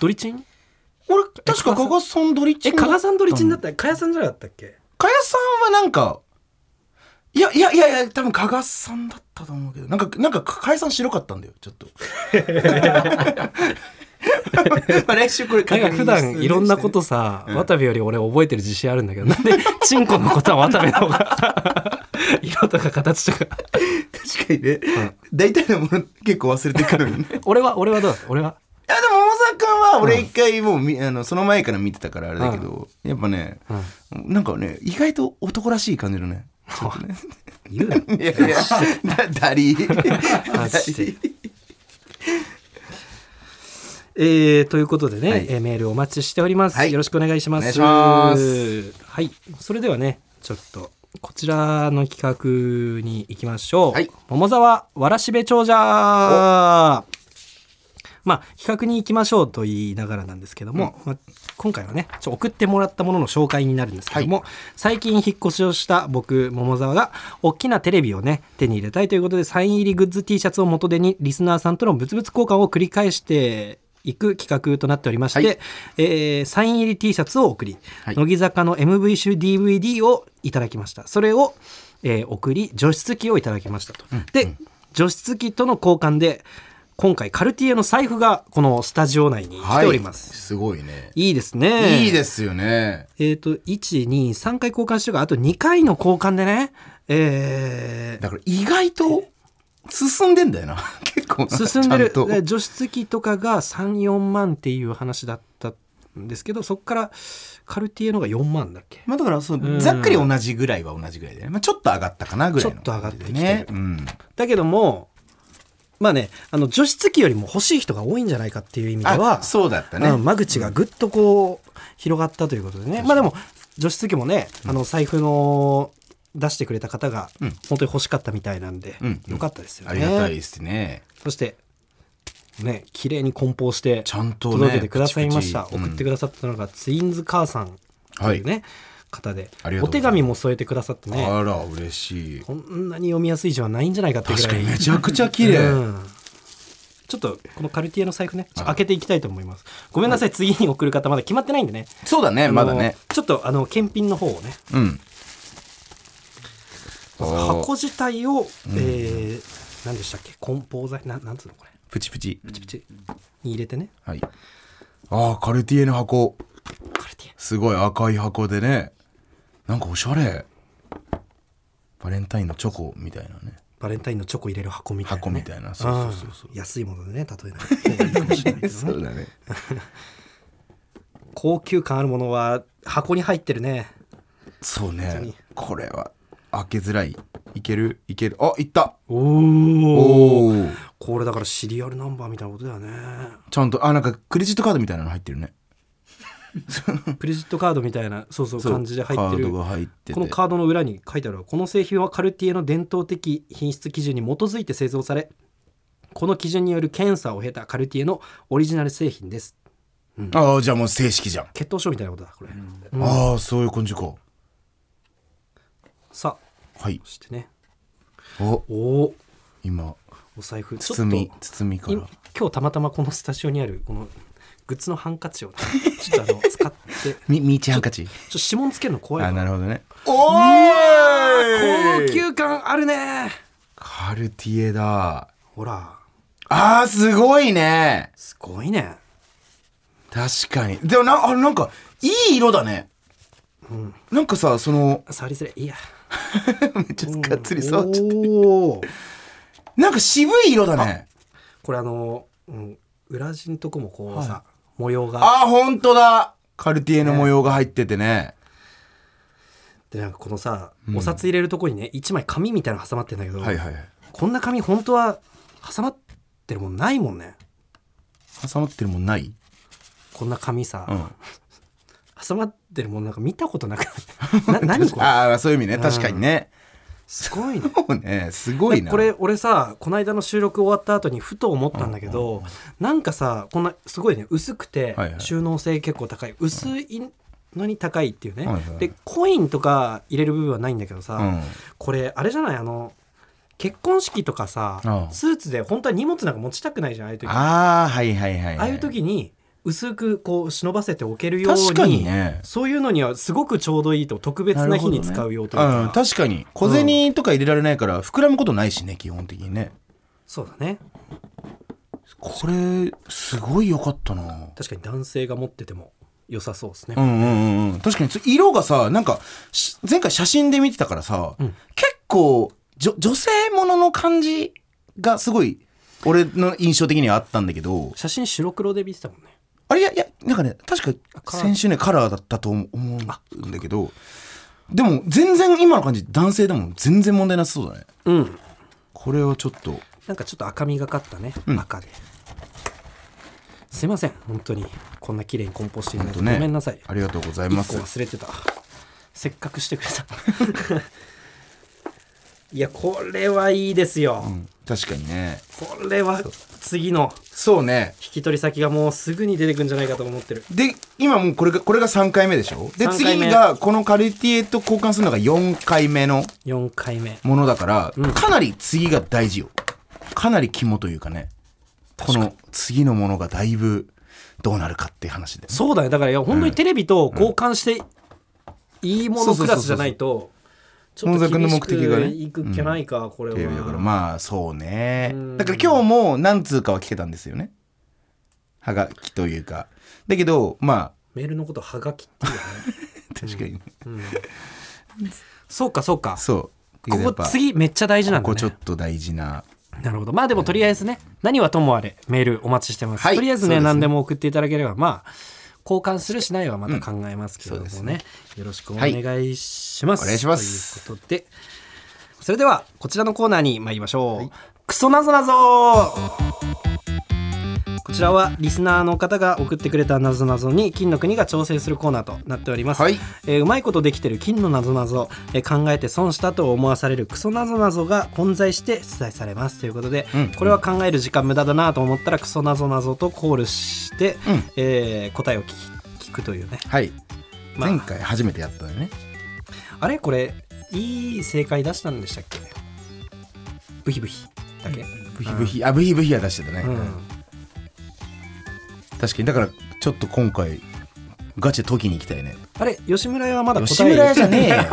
Speaker 2: ドリチン
Speaker 1: 俺確か加賀さんドリッチ
Speaker 2: え
Speaker 1: ンだ
Speaker 2: 加
Speaker 1: った
Speaker 2: 賀さんドリチンだったら加谷さんじゃなかったっけ
Speaker 1: 加谷さんはなんかいやいやいやいや多分加賀さんだったと思うけどなんかなんか加谷さん白かったんだよちょっと まあ来週これ
Speaker 2: なんか普段いろんなことさ、渡部より俺覚えてる自信あるんだけど、なんで、チンコのことは渡部の方が、 色とか形とか。
Speaker 1: 確かにね、大体のもの結構忘れてくるのにね い
Speaker 2: 俺は、俺はどうだった俺は。
Speaker 1: やでも桃沢君は俺一回もうみ、あのその前から見てたからあれだけど、やっぱね、なんかね意外と男らしい感じのね
Speaker 2: 言うな。
Speaker 1: いやいや だだ り
Speaker 2: マジ
Speaker 1: だ
Speaker 2: で
Speaker 1: り
Speaker 2: えーということでね、
Speaker 1: はい
Speaker 2: えーメールお待ちしております、
Speaker 1: はい
Speaker 2: よろしくお願いし
Speaker 1: お
Speaker 2: ます。
Speaker 1: 願いします
Speaker 2: はい。それではね、ちょっと、こちらの企画に行きましょう。
Speaker 1: はい
Speaker 2: 桃沢わらしべ長者まあ、企画に行きましょうと言いながらなんですけども、まあ、今回はね、ちょ送ってもらったものの紹介になるんですけども、最近引っ越しをした僕、桃沢が、大きなテレビをね、手に入れたいということで、サイン入りグッズ T シャツを元手に、リスナーさんとの物々交換を繰り返して、いく企画となっておりまして、
Speaker 1: はい
Speaker 2: えーサイン入り T シャツを送り、
Speaker 1: はい
Speaker 2: 乃木坂の MV 集 DVD をいただきましたそれを、えー送り除湿機をいただきましたと、で除湿機との交換で今回カルティエの財布がこのスタジオ内に来ております、
Speaker 1: はいすごいね
Speaker 2: い、いですね
Speaker 1: いい
Speaker 2: す
Speaker 1: ですよね
Speaker 2: えっ、と123回交換してるからあと2回の交換でねえー
Speaker 1: だから意外と進んでんだよな 結構な
Speaker 2: 進んでる
Speaker 1: ちゃんと
Speaker 2: で除湿機とかが34万っていう話だったんですけどそこからカルティエのが4万だっけ
Speaker 1: まあだからそううんざっくり同じぐらいは同じぐらいでね、まあ、ちょっと上がったかなぐらいの、
Speaker 2: ちょっと上がってきてる
Speaker 1: ね、うん、
Speaker 2: だけどもまあねあの除湿機よりも欲しい人が多いんじゃないかっていう意味では
Speaker 1: あそうだったね、
Speaker 2: うん間口がぐっとこう広がったということでね、まあでも除湿機もねあの財布の出してくれた方が本当に欲しかったみたいなんで、
Speaker 1: うん
Speaker 2: よかったですよ
Speaker 1: あ
Speaker 2: ね、
Speaker 1: りがたいですね
Speaker 2: そしてね綺麗に梱包して
Speaker 1: ちゃんとね
Speaker 2: 届けてくださいました、
Speaker 1: プチプチうん
Speaker 2: 送ってくださったのがツインズ母さんというね、方で
Speaker 1: ありがとうご
Speaker 2: お
Speaker 1: ざ
Speaker 2: 手
Speaker 1: います
Speaker 2: 紙も添えてくださってね
Speaker 1: あら嬉しい
Speaker 2: こんなに読みやすい字はないんじゃないかってぐらい
Speaker 1: 確かにめちゃくちゃ綺麗、
Speaker 2: うんちょっとこのカルティエの財布ねちょっと開けていきたいと思いますごめんなさい次に送る方まだ決まってないんでね
Speaker 1: そうだね
Speaker 2: あの
Speaker 1: まだね
Speaker 2: ちょっとあの検品の方をね
Speaker 1: うん
Speaker 2: 箱自体を、えー、何でしたっけ梱包材なんなんつうのこれ
Speaker 1: プチプチ
Speaker 2: プチプチに入れてね
Speaker 1: はいあーカルティエの箱
Speaker 2: カルティエ
Speaker 1: すごい赤い箱でねなんかおしゃれバレンタインのチョコみたいなね
Speaker 2: バレンタインのチョコ入れる箱みたいな、ね、
Speaker 1: 箱みたいなそうそうそうそうん
Speaker 2: 安いものでね例えない方がいいかもしれないけどね
Speaker 1: だね
Speaker 2: 高級感あるものは箱に入ってるね
Speaker 1: そう
Speaker 2: 当
Speaker 1: ね
Speaker 2: に
Speaker 1: これは開けづらいいけるいけるあいった
Speaker 2: お
Speaker 1: お
Speaker 2: お
Speaker 1: お
Speaker 2: これだからシリアルナンバーみたいなことだよね
Speaker 1: ちゃんとあなんかクレジットカードみたいなの入ってるね
Speaker 2: クレジットカードみたいなそうそう
Speaker 1: そう
Speaker 2: 感じで入ってる
Speaker 1: カードが入ってて
Speaker 2: このカードの裏に書いてあるわこの製品はカルティエの伝統的品質基準に基づいて製造されこの基準による検査を経たカルティエのオリジナル製品です
Speaker 1: ああじゃあもう正式じゃん、
Speaker 2: 血統書みたいなことだこれ、
Speaker 1: ああそういう感じか
Speaker 2: さあ
Speaker 1: はい
Speaker 2: そしてね
Speaker 1: お
Speaker 2: おお
Speaker 1: 今
Speaker 2: お財布ちょっと
Speaker 1: 包み包みから
Speaker 2: 今今日たまたまこのスタジオにあるこのグッズのハンカチをね、ちょっとあの使ってちょ
Speaker 1: みみーちゃんカチ
Speaker 2: っと指紋つけるの怖
Speaker 1: あ
Speaker 2: い
Speaker 1: な
Speaker 2: わ
Speaker 1: るほどねおー
Speaker 2: 高
Speaker 1: い
Speaker 2: 級感あるね
Speaker 1: カルティエだ
Speaker 2: ほら
Speaker 1: あーすごいね
Speaker 2: すごいね
Speaker 1: 確かにでもなあなんかいい色だね、なんかさその
Speaker 2: 触りづらいいいや
Speaker 1: めっちゃがっつり触っちゃっ
Speaker 2: おー
Speaker 1: たなんか渋い色だね
Speaker 2: これあの、うん、裏地のとこもこうさ、模様が
Speaker 1: ああ本当だカルティエの模様が入っててね
Speaker 2: でなんかこのさ、お札入れるとこにね一枚紙みたいなの挟まってんだけど、
Speaker 1: はいはいはい
Speaker 2: こんな紙本当は挟まってるもんないもんね
Speaker 1: 挟まってるもんない
Speaker 2: こんな紙さ、
Speaker 1: うん
Speaker 2: 挟まってるもんなんか見たことなく ないな何これ
Speaker 1: ああそういう意味ね確かにね
Speaker 2: すごいね
Speaker 1: そうねすごいな
Speaker 2: これ俺さこの間の収録終わった後にふと思ったんだけど、なんかさこんなすごいね薄くて
Speaker 1: はいはい
Speaker 2: 収納性結構高い薄いのに高いっていうね、
Speaker 1: はいはい
Speaker 2: でコインとか入れる部分はないんだけどさ、
Speaker 1: うん
Speaker 2: これあれじゃないあの結婚式とかさ、
Speaker 1: うん
Speaker 2: スーツで本当は荷物なんか持ちたくないじゃんああいう時あ
Speaker 1: ああはいはいはい、
Speaker 2: あいう時に薄くこう忍ばせておけるように
Speaker 1: 確かにね
Speaker 2: そういうのにはすごくちょうどいいと特別な日に使うよという
Speaker 1: なるほどね
Speaker 2: か
Speaker 1: うん、確かに小銭とか入れられないから膨らむことないしね基本的にね
Speaker 2: そうだね
Speaker 1: これすごい良かったな
Speaker 2: 確かに男性が持ってても良さそうですね、
Speaker 1: うんうんうんうん確かにそう色がさなんかし前回写真で見てたからさ、結構じょ女性ものの感じがすごい俺の印象的にはあったんだけど
Speaker 2: 写真白黒で見てたもんね
Speaker 1: あれいやいやなんかね確か
Speaker 2: カラー
Speaker 1: 先週ねカラーだったと思思うんだけどでも全然今の感じ男性でも全然問題なさそうだね
Speaker 2: うん
Speaker 1: これはちょっと
Speaker 2: なんかちょっと赤みがかったね、赤ですいません本当にこんな綺麗に梱包していただいて、
Speaker 1: ほんとね
Speaker 2: ごめんなさい
Speaker 1: ありがとうございま
Speaker 2: 一
Speaker 1: す
Speaker 2: 個忘れてたせっかくしてくれた いやこれはいいですよ、
Speaker 1: うん確かにね
Speaker 2: これは次の
Speaker 1: そうね
Speaker 2: 引き取り先がもうすぐに出てくるんじゃないかと思ってる
Speaker 1: で今もうこれがこれが3回目でしょで
Speaker 2: 三回
Speaker 1: 次
Speaker 2: 目
Speaker 1: がこのカルティエと交換するのが4回目の
Speaker 2: 4回目
Speaker 1: ものだから、かなり次が大事よかなり肝というかねこの次のものがだいぶどうなるかっていう話で
Speaker 2: そうだねだからいや本当にテレビと交換していいものクラスじゃないとちょっと厳しくいくっきゃないか、これ
Speaker 1: テレビだから
Speaker 2: は
Speaker 1: まあそうねだから今日も何通かは聞けたんですよねはがきというかだけどま
Speaker 2: メールのことはがきっていうよね
Speaker 1: あ確かに、
Speaker 2: そうかそうか
Speaker 1: そう
Speaker 2: ここ次めっちゃ大事なんだ
Speaker 1: ここ
Speaker 2: ね
Speaker 1: ちょっと大事な
Speaker 2: なるほどまあでもとりあえずね、何はともあれメールお待ちしてます、
Speaker 1: はい
Speaker 2: とりあえず
Speaker 1: そう
Speaker 2: ね
Speaker 1: ですね
Speaker 2: 何でも送っていただければまあ交換するしないはまた考えますけれどもね,、よろしくお願いします、
Speaker 1: はいお願いします
Speaker 2: ということでそれではこちらのコーナーに参りましょう、クソなぞなぞこちらはリスナーの方が送ってくれたなぞなぞに金の国が調整するコーナーとなっております、
Speaker 1: はい
Speaker 2: えーうまいことできてる金のなぞなぞ、えー考えて損したと思わされるクソなぞなぞが混在して出題されますということで、
Speaker 1: うん
Speaker 2: これは考える時間無駄だなと思ったらクソなぞなぞとコールして、
Speaker 1: うん
Speaker 2: えー答えを聞き聞くというね
Speaker 1: はい
Speaker 2: まあ
Speaker 1: 前回初めてやったよね
Speaker 2: あれこれいい正解出したんでしたっけブヒブヒだけ、
Speaker 1: ブヒブヒあブヒブヒは出してたね、
Speaker 2: うん
Speaker 1: 確かにだからちょっと今回ガチで解きに行きたいね
Speaker 2: あれ吉村屋はまだ答え
Speaker 1: 吉村屋じゃねえ よ
Speaker 2: ま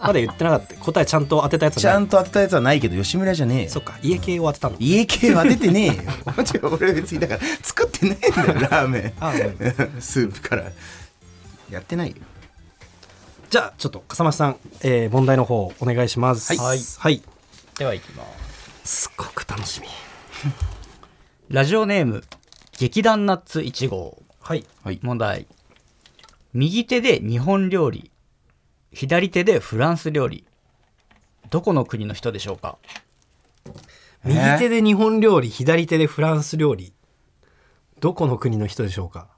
Speaker 2: だ言ってなかった答えちゃんと当てたやつ
Speaker 1: ち
Speaker 2: は
Speaker 1: ゃ
Speaker 2: ない
Speaker 1: んと当てたやつはないけど吉村屋じゃねえよ
Speaker 2: そっか家系を当てたの、
Speaker 1: 家系は出てねえよマジで俺別にだから作ってないん だよラーメン
Speaker 2: あごめん
Speaker 1: スープからやってないよ
Speaker 2: じゃあちょっと笠間さん、えー問題の方お願いします
Speaker 4: はい
Speaker 2: はい、
Speaker 4: では行きます
Speaker 2: すっごく楽しみ
Speaker 4: ラジオネーム劇団ナッツ1号
Speaker 2: はい
Speaker 1: はい
Speaker 4: 問題右手で日本料理左手でフランス料理どこの国の人でしょうか
Speaker 2: 右手で日本料理左手でフランス料理どこの国の人でしょうか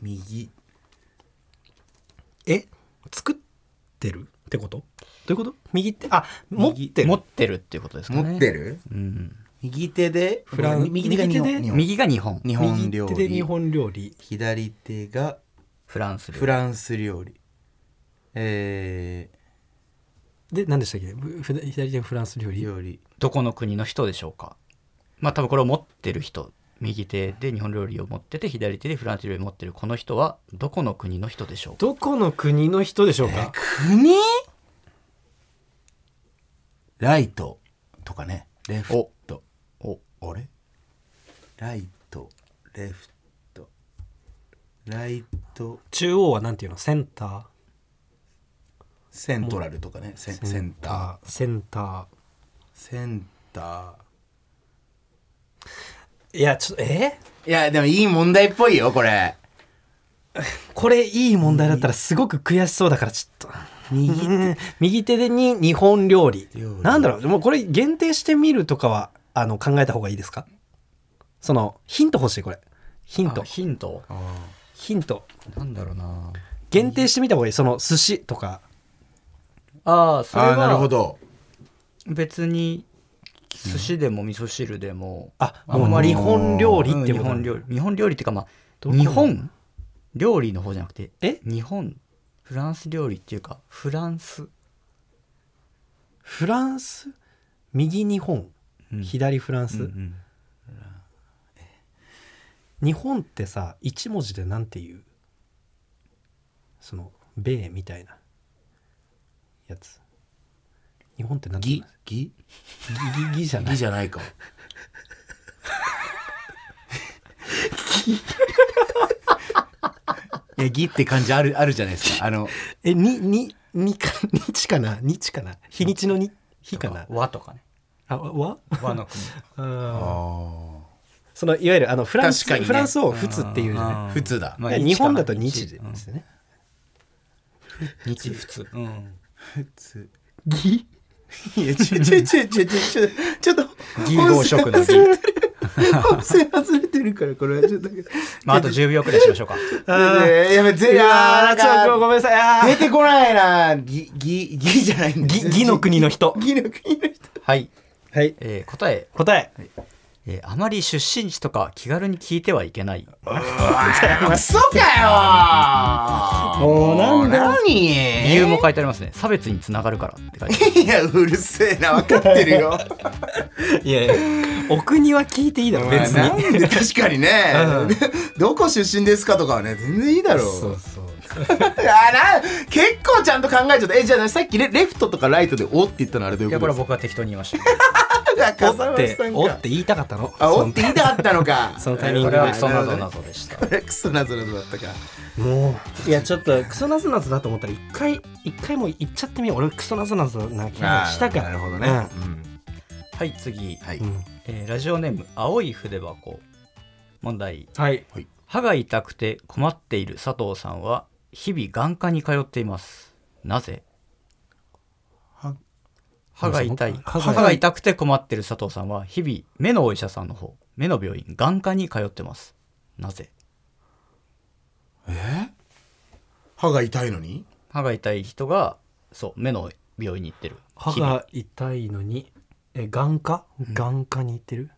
Speaker 1: 右
Speaker 2: え作ってるってことどういうこと右手あ持ってる
Speaker 4: 持ってるっていうことですかね
Speaker 1: 持ってる、右手でフ
Speaker 2: ラン
Speaker 1: 右手が日
Speaker 2: 右
Speaker 1: 本
Speaker 2: 手で
Speaker 1: 日本
Speaker 4: 右が日本
Speaker 1: 日本料
Speaker 2: 右手で日
Speaker 1: 理
Speaker 2: 本料理
Speaker 1: 左手が
Speaker 4: フランス料理
Speaker 1: フランス料理え
Speaker 2: で何でしたっけぶふ左手フランス料
Speaker 1: ー、
Speaker 2: 理
Speaker 1: 料理
Speaker 4: どこの国の人でしょうかまあ多分これを持ってる人右手で日本料理を持ってて左手でフランス料理を持ってるこの人はどこの国の人でしょうか
Speaker 2: どこの国の人でしょうか
Speaker 1: 国ライトとかねレフト
Speaker 4: お
Speaker 1: あれライトレフトライト
Speaker 2: 中央はなんていうのセンター
Speaker 1: セントラルとかねセンセンター
Speaker 2: センタ
Speaker 1: センタ
Speaker 2: ーいやちょっとえ
Speaker 1: ーいやでもいい問題っぽいよこれ
Speaker 2: これいい問題だったらすごく悔しそうだからちょっと右 手右手でに日本料理
Speaker 1: 料理
Speaker 2: なんだろうもうこれ限定してみるとかはあの考えた方がいいですかそのヒント欲しいこれヒント
Speaker 4: あヒント
Speaker 2: ヒント
Speaker 4: なんだろうな
Speaker 2: 限定してみた方がいいその寿司とか
Speaker 4: ああそれ
Speaker 1: ああなるほ
Speaker 4: は
Speaker 1: ど
Speaker 4: 別に寿司でも味噌汁でも
Speaker 2: あ
Speaker 4: ん
Speaker 2: もう日本料理
Speaker 4: うん
Speaker 2: って
Speaker 4: 日
Speaker 2: こと
Speaker 4: 本料理日本料理っていうかま
Speaker 2: ど
Speaker 4: あ
Speaker 2: この
Speaker 4: 日本料理の方じゃなくて
Speaker 2: え
Speaker 4: 日本フランス料理っていうかフランス
Speaker 2: フランス右日本、左フランス、日本ってさ一文字でなんていうその米みたいなやつ日本ってなんて言う
Speaker 1: ギ
Speaker 2: の
Speaker 1: ギ
Speaker 2: ギギじゃない
Speaker 1: ギじゃないかいやギって感じあるあるじゃないですかあの
Speaker 2: えにににか 日かな日かな日にちのに日かな
Speaker 4: 和とかね
Speaker 2: あわ
Speaker 4: 和の 国
Speaker 2: あー
Speaker 1: あ
Speaker 2: そのいわゆるあのフランス、
Speaker 1: 確かにね
Speaker 2: フランスを「普通」っていうじゃない
Speaker 4: あ
Speaker 1: 普通だ
Speaker 4: まあ
Speaker 2: で
Speaker 4: 一かな
Speaker 2: 日本だと日でですね、
Speaker 4: 日普通うん
Speaker 1: 普通 ギいやちょちょちょちょちょちょっと
Speaker 4: ギ合色のギ
Speaker 1: 本線外れてるからこれはちょっと
Speaker 4: まああと10秒くらいしましょうか
Speaker 1: えーやべぜ
Speaker 2: い や
Speaker 1: や
Speaker 2: ーちょっとごめんなさいあー
Speaker 1: 出てこないなギギギじゃないんだ
Speaker 2: ぎぎの国の人
Speaker 1: ギの国の人
Speaker 4: はい、
Speaker 2: はい
Speaker 4: えー答え
Speaker 2: 答え
Speaker 4: えーあまり出身地とか気軽に聞いてはいけない
Speaker 1: クソ かよもうなんだ何
Speaker 4: 理由も書いてありますね差別につながるからって書いてあ
Speaker 1: いや
Speaker 4: る
Speaker 1: うるせえな分かってる よ
Speaker 2: いやいやお国は聞いていいだろ別
Speaker 1: まあな
Speaker 2: に
Speaker 1: んで確かにね、 どこ出身ですかとかはね全然いいだろう
Speaker 2: そうそう
Speaker 1: あな結構ちゃんと考えちゃったえじゃあさっきレレフトとかライトで「お」って言ったのあれどう
Speaker 4: い
Speaker 1: いう
Speaker 4: や
Speaker 1: こ
Speaker 4: ことれ
Speaker 1: です
Speaker 4: 僕が適当に言いました
Speaker 1: か
Speaker 2: おっておって言いたかったの
Speaker 1: あおって言いたかったのか
Speaker 2: そのタイミング
Speaker 4: これ
Speaker 2: で
Speaker 4: はクソなぞなぞでした
Speaker 1: これ クソなぞなぞだったか
Speaker 2: もういやちょっとクソなぞなぞだと思ったら一回一回もう行っちゃってみよう俺クソなぞなぞな気がしたか
Speaker 1: あ
Speaker 2: ら
Speaker 1: ーなるほどね、うん
Speaker 4: はい次、
Speaker 1: はい
Speaker 2: うんうん
Speaker 4: えーラジオネーム青い筆箱問題
Speaker 2: はい
Speaker 4: 歯が痛くて困っている佐藤さんは日々眼科に通っていますなぜ
Speaker 1: は
Speaker 4: 歯が痛い
Speaker 2: 歯
Speaker 4: 歯
Speaker 2: が
Speaker 4: が痛くて困っている佐藤さんは日々目のお医者さんの方目の病院眼科に通ってますなぜ
Speaker 1: 歯が痛いのに
Speaker 4: 歯が痛い人がそう目の病院に行ってる
Speaker 2: 歯
Speaker 4: 日々
Speaker 2: が痛いのにえ眼科眼科に行ってる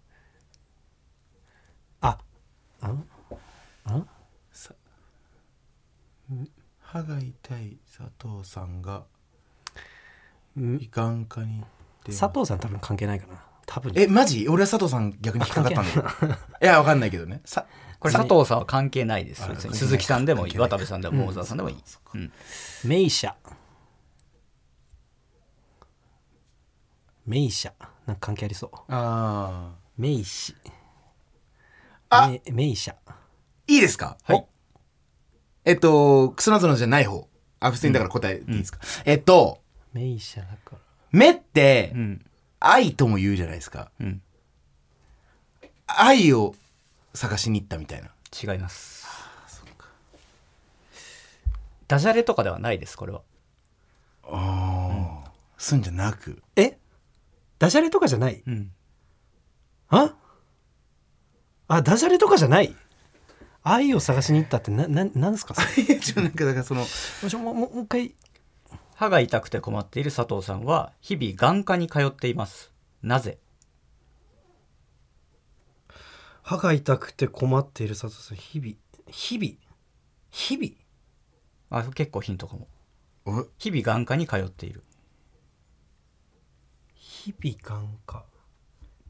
Speaker 2: ああんあん
Speaker 1: 歯が痛い佐藤さんが
Speaker 2: うん
Speaker 1: 胃がん科に行って
Speaker 2: 佐藤さん多分関係ないかな多分
Speaker 1: えマジ俺は佐藤さん逆に引っかかったんだけどいやわかんないけどねさ
Speaker 4: これ佐藤さんは関係ないです
Speaker 1: あ
Speaker 4: 別
Speaker 1: 関係
Speaker 4: に
Speaker 1: ない
Speaker 4: 鈴木さんでも
Speaker 1: 関
Speaker 4: い
Speaker 1: 係
Speaker 4: い
Speaker 1: ない
Speaker 4: 渡部さんでも大沢さんでもいい、うん
Speaker 2: 名車名車なんか関係ありそう
Speaker 1: あ
Speaker 2: 名士
Speaker 1: あ
Speaker 2: め名車
Speaker 1: ーいいですか
Speaker 4: はい
Speaker 1: おえっとクソナズのじゃない方あ普通にだから答えていいですか、えっと
Speaker 2: 名車だから
Speaker 1: 目って、
Speaker 4: うん
Speaker 1: 愛とも言うじゃないですか
Speaker 4: うん、
Speaker 1: 愛を探しに行ったみたいな
Speaker 4: 違いますダジャレとかではないですこれは
Speaker 1: ああ、すんじゃなく
Speaker 2: えダジャレとかじゃない
Speaker 4: うん
Speaker 2: ああダジャレとかじゃない愛を探しに行ったってなななん ですかそれ
Speaker 1: いやちょっとなんかだからその
Speaker 2: もうちょもうもうもう一回
Speaker 4: 歯が痛くて困っている佐藤さんは日々眼科に通っていますなぜ
Speaker 2: 歯が痛くて困っている佐藤さん日々日々日々
Speaker 4: あ結構ヒントかも
Speaker 1: お
Speaker 4: 日々眼科に通っている
Speaker 2: 日々眼科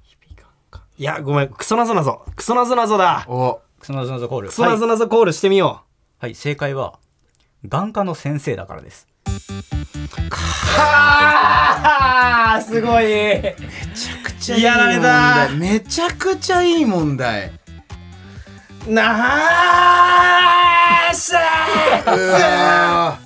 Speaker 2: 日々眼科いやごめんクソなぞなぞクソなぞなぞだ
Speaker 1: お
Speaker 4: クソナズナズコール
Speaker 2: クソなぞ
Speaker 4: はい
Speaker 2: なぞコールしてみよ
Speaker 4: はい、正解は眼科の先生だからです
Speaker 2: う、あすごい
Speaker 1: めちゃくちゃいい
Speaker 2: やられた
Speaker 1: 問題めちゃくちゃいい問題
Speaker 2: なーし
Speaker 1: うわ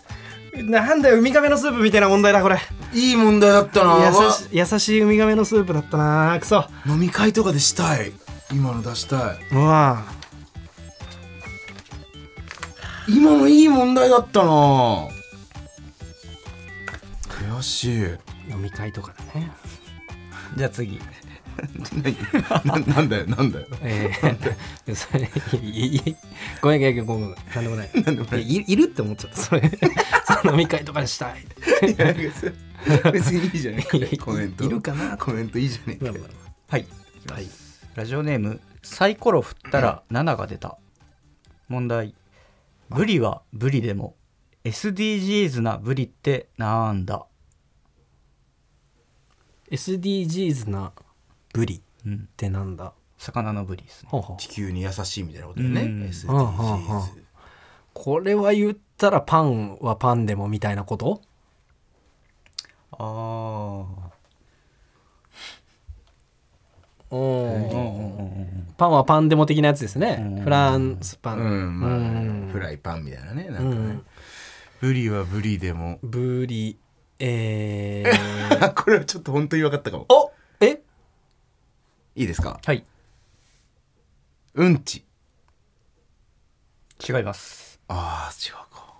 Speaker 2: なんだよウミガメのスープみたいな問題だこれ
Speaker 1: ーいい問題だったな
Speaker 2: 優し優しいウミガメのスープだったなクソ
Speaker 1: 飲み会とかでしたい今の出したいう
Speaker 2: わ
Speaker 1: 今のいい問題だったな悔しい
Speaker 2: 飲み会とかだね
Speaker 4: じゃあ次
Speaker 1: ななんだよなん だよ
Speaker 2: ええそれいいいい ごめんごめんごめんごめんなんでも ないいやいいるって思っちゃった それその飲み会とかでしたい
Speaker 1: 別にいいじゃねえかコメント
Speaker 2: いるかな
Speaker 1: コメントいいじゃねえか
Speaker 4: はい、はい、ラジオネームサイコロ振ったら7が出た問題ブリはブリでも SDGs なブリってなんだ
Speaker 2: SDGs なブリってなんだ、
Speaker 4: 魚のブリですね
Speaker 2: ほうほう
Speaker 1: 地球に優しいみたいなことだよね、
Speaker 4: うん
Speaker 1: SDGs
Speaker 2: うんうんうんこれは言ったらパンはパンでもみたいなこと
Speaker 4: あ
Speaker 2: パンはパンでも的なやつですね、
Speaker 4: うん
Speaker 2: フランスパン、
Speaker 1: うん、まあ、
Speaker 2: うん
Speaker 1: フライパンみたいなね、な
Speaker 2: うん
Speaker 1: かね。
Speaker 2: ん
Speaker 1: ブリはブリでも。
Speaker 2: ブリえー、
Speaker 1: これはちょっと本当に分かったかも。
Speaker 2: おえ
Speaker 1: いいですか
Speaker 4: はい
Speaker 1: うんち。
Speaker 4: 違います
Speaker 1: ああ、違うか。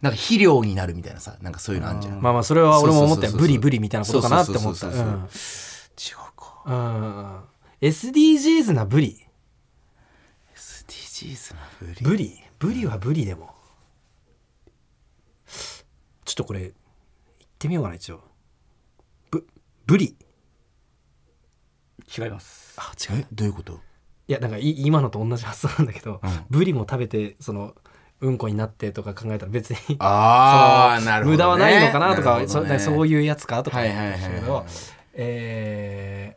Speaker 1: なんか肥料になるみたいなさ、なんかそういうのあんじゃん。
Speaker 2: まあまあそれは俺も思ったよ
Speaker 1: そうそうそうそう
Speaker 2: ブリブリみたいなことかなって思った
Speaker 1: そううそうそうそうん違うか。
Speaker 2: うん SDGs なブリ
Speaker 1: SDGs なブリ。
Speaker 2: ブリブリはブリでもちょっとこれ行ってみようかな一応ブブリ
Speaker 4: 違います
Speaker 2: あ違う
Speaker 1: え、どういうこと
Speaker 2: いやなんかい今のと同じ発想なんだけど、
Speaker 1: うん
Speaker 2: ブリも食べてそのうんこになってとか考えたら別に
Speaker 1: ああ、
Speaker 2: その
Speaker 1: なるほど、ね。
Speaker 2: 無駄はないのかなとかそ
Speaker 1: な
Speaker 2: そう
Speaker 1: いう。
Speaker 2: いうやつかとか
Speaker 1: はい
Speaker 2: 思っ
Speaker 1: はいはい
Speaker 2: た
Speaker 1: はい
Speaker 2: んですけどえ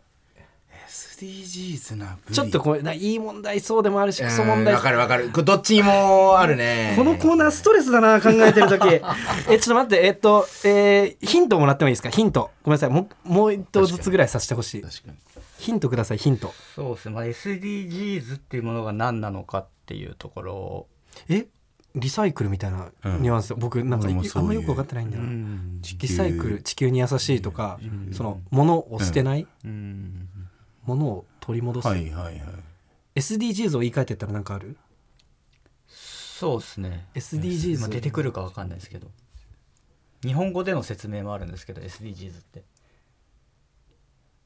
Speaker 1: SDGs なブ
Speaker 2: ー
Speaker 1: リ。
Speaker 2: ちょっとこれないい問題そうでもあるし
Speaker 1: うん、
Speaker 2: クソ問題
Speaker 1: わかるわかる。これどっちにもあるね。
Speaker 2: このコーナーストレスだな考えてる 時えちょっと待ってえっと、えーヒントもらってもいいですかヒントごめんなさいもうもう一投ずつぐらいさせてほしい
Speaker 1: 確かに。
Speaker 2: ヒントくださいヒント
Speaker 4: そうですね、まあ、SDGs っていうものが何なのかっていうところを
Speaker 2: えリサイクルみたいなニュアンス、僕なんか
Speaker 1: 俺もそう
Speaker 2: あ
Speaker 1: いうん
Speaker 2: まよく分かってないんだよな、
Speaker 4: うん
Speaker 2: リサイクル地球に優しいとか、その物を捨てない、
Speaker 4: うん
Speaker 2: 物を取り戻す、
Speaker 1: はいはいはい。
Speaker 2: SDGs を言い換えてったら何かある
Speaker 4: そうですね
Speaker 2: SDGs
Speaker 4: まあ、出てくるかわかんないですけど日本語での説明もあるんですけど SDGs って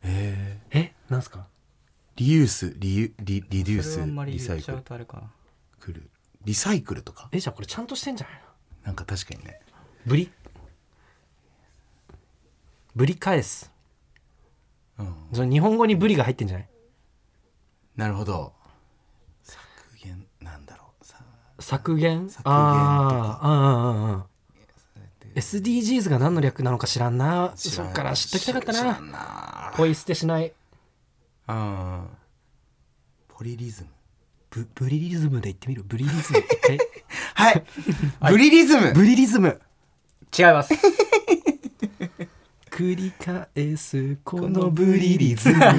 Speaker 2: えなんすか
Speaker 1: リユース、リユリリデュー
Speaker 4: そ
Speaker 1: ス
Speaker 4: れをあんま、り
Speaker 1: リサ
Speaker 4: 言っ
Speaker 1: イ
Speaker 4: ち
Speaker 1: ク
Speaker 4: ゃうとあれかな
Speaker 1: ル。リサイクルとか
Speaker 2: えじゃあこれちゃんとしてんじゃないの
Speaker 1: なんか確かにね。
Speaker 2: ぶりぶり返す、
Speaker 1: うん
Speaker 2: その日本語にぶりが入ってんじゃない
Speaker 1: なるほど。削減、なんだろう。さ
Speaker 2: 削減
Speaker 1: 削減とか
Speaker 2: ああうんうんうんうん SDGs が何の略なのか知らんなそっから知っときたかった
Speaker 1: 知ら
Speaker 2: なん
Speaker 1: な
Speaker 2: ポイ捨てしない
Speaker 1: うんポリリズム
Speaker 2: ブブリリズムで言ってみるブリリズ ム
Speaker 1: はいブリリズム
Speaker 2: ブリリズム
Speaker 4: 違います。
Speaker 2: 繰り返すこのブリリズム
Speaker 1: 違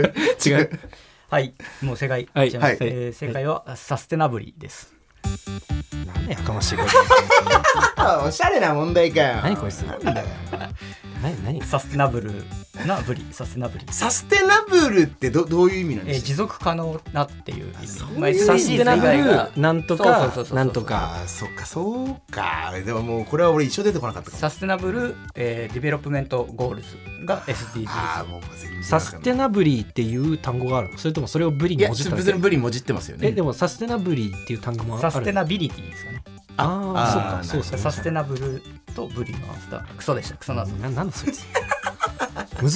Speaker 1: う違う
Speaker 4: はい、もう正解。
Speaker 2: はい
Speaker 4: 違ます
Speaker 1: はい
Speaker 4: えー正解は、サステナブリです。
Speaker 2: なんでやかまし いこと
Speaker 1: あおしゃれな問題かよ
Speaker 2: 何こいつなんだよ何何
Speaker 4: サステナブルなブリ、サステナブリ。
Speaker 1: サステナブルってどどういう意味なん
Speaker 4: え
Speaker 1: で
Speaker 4: ー
Speaker 1: すか、
Speaker 4: 持続可能なっていう意味
Speaker 1: そういう意味
Speaker 4: ま
Speaker 2: サ
Speaker 4: あ
Speaker 2: ステナブ
Speaker 4: SDGs 以外
Speaker 2: ル
Speaker 4: が
Speaker 2: なんと
Speaker 4: そう
Speaker 2: か
Speaker 4: そうそうそうそう
Speaker 2: なんとか
Speaker 1: あーそっかそうかでももうこれは俺一生出てこなかったかも
Speaker 4: サステナブル、えーディベロップメントゴールズが SDGs。
Speaker 1: あーもう全然
Speaker 2: サステナブリーっていう単語があるのそれともそれをブリ
Speaker 1: い
Speaker 2: に
Speaker 1: や
Speaker 2: もじっただ
Speaker 1: 別
Speaker 2: け
Speaker 1: にブリもじってますよ
Speaker 2: え
Speaker 1: ね
Speaker 2: でもサステナブリーっていう単語もある
Speaker 4: サステナビリティですかね。
Speaker 2: あ
Speaker 1: あー
Speaker 2: あそうかそうそう
Speaker 4: サステナブルとブリの合わせたクソでした。クソなぞ。
Speaker 2: ななんだそいつ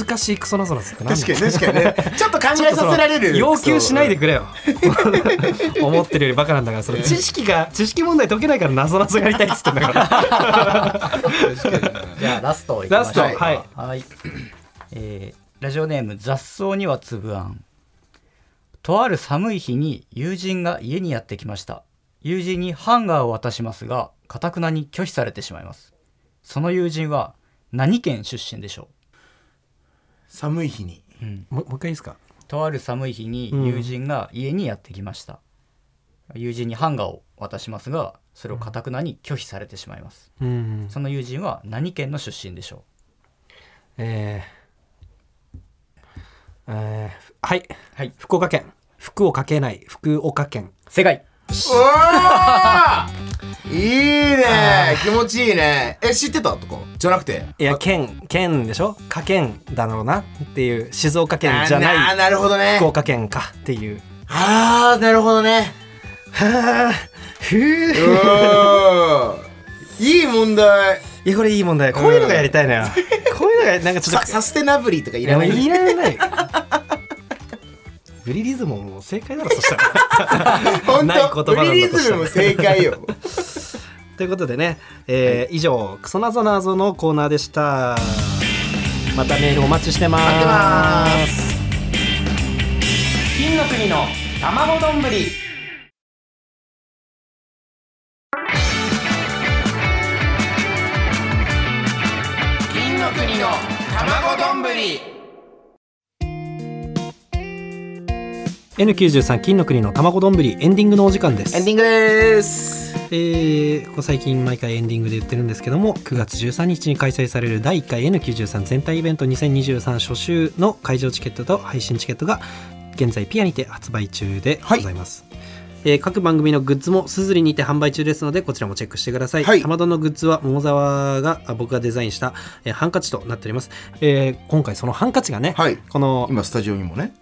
Speaker 2: 難しいクソなぞなぞってなんだ
Speaker 1: 確かに確かにね ちょっと考
Speaker 2: ちょっ
Speaker 1: え
Speaker 2: とその
Speaker 1: させられる
Speaker 2: 要求しないで
Speaker 1: そう
Speaker 2: く れよ思ってるよりバカなんだからその知識が知識問題解けないからなぞなぞやりたいっつってんだから
Speaker 4: じゃあラストいきまし
Speaker 2: ラ
Speaker 4: ょう
Speaker 2: ストはい
Speaker 4: はいえーラジオネーム雑草にはつぶあんとある寒い日に友人が家にやってきました友人にハンガーを渡しますがかたくなに拒否されてしまいますその友人は何県出身でしょ
Speaker 1: 寒い日に
Speaker 2: もうもう一回いいですか
Speaker 4: うとある寒い日に友人が家にやってきました、友人にハンガーを渡しますがそれをかたくなに拒否されてしまいます
Speaker 2: うん
Speaker 4: その友人は何県の出身でしょ
Speaker 2: えーえーはいう
Speaker 4: はい
Speaker 2: 福岡県福岡県内福岡県
Speaker 4: 正解
Speaker 1: おーいいね気持ちいいねえ知ってたとかじゃなくて
Speaker 2: いや県県でしょ加県だろうなっていう静岡県じゃ
Speaker 1: あー
Speaker 2: ない
Speaker 1: なるほどね
Speaker 2: 福岡県かっていう
Speaker 1: あーなるほどね
Speaker 2: はあふう
Speaker 1: うーんいい問題
Speaker 2: いやこれいい問題こういうのがやりたいのよ、こういうのがなんかちょっ
Speaker 1: さ
Speaker 2: と
Speaker 1: サステナブリーとかい
Speaker 2: い
Speaker 1: ら
Speaker 2: やも
Speaker 1: な
Speaker 2: う
Speaker 1: い
Speaker 2: いらないブリリズムももう正解だろそしたら
Speaker 1: 本
Speaker 2: ない
Speaker 1: 当
Speaker 2: 言葉なんだとしたら
Speaker 1: ブリリズムも正解 よ
Speaker 2: ということでね、えー以上「クソなぞなぞ」のコーナーでしたまたメールお待ちしてます
Speaker 1: 待ってます
Speaker 2: 金の国の卵丼ぶり
Speaker 1: 金の国の卵丼ぶり
Speaker 2: N93 金の国の卵丼ぶりエンディングのお時間です
Speaker 1: エンディングです
Speaker 2: えーここ最近毎回エンディングで言ってるんですけども9月13日に開催される第1回 N93 全体イベント2023初週の会場チケットと配信チケットが現在ピアにて発売中でございます、えー各番組のグッズもすずりにて販売中ですのでこちらもチェックしてください、
Speaker 1: はい
Speaker 2: たまどのグッズは桃沢があ僕がデザインした、えーハンカチとなっております、えー今回そのハンカチがね、
Speaker 1: はい
Speaker 2: この
Speaker 1: 今スタジオにもね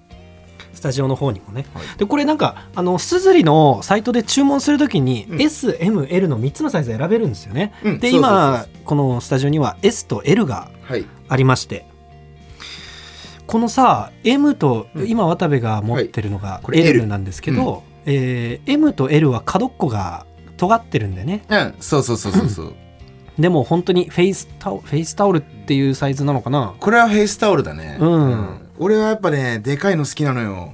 Speaker 2: スタジオの方にもね、
Speaker 1: はい
Speaker 2: でこれなんかあのスズリのサイトで注文するときに、SML の3つのサイズ選べるんですよね、
Speaker 1: うん
Speaker 2: で
Speaker 1: そうそうそう
Speaker 2: 今このスタジオには S と L が
Speaker 1: はい
Speaker 2: ありましてこのさ M と、
Speaker 1: うん
Speaker 2: 今渡部が持ってるのが
Speaker 1: これ
Speaker 2: L
Speaker 1: L
Speaker 2: なんですけど、えー M と L は角っこが尖ってるんでね
Speaker 1: うんそうそうそうそうそう
Speaker 2: でも本当にフェイスタオフェイスタオルっていうサイズなのかな
Speaker 1: これはフェイスタオルだね
Speaker 2: うん
Speaker 1: 俺はやっぱねでかいの好きなのよ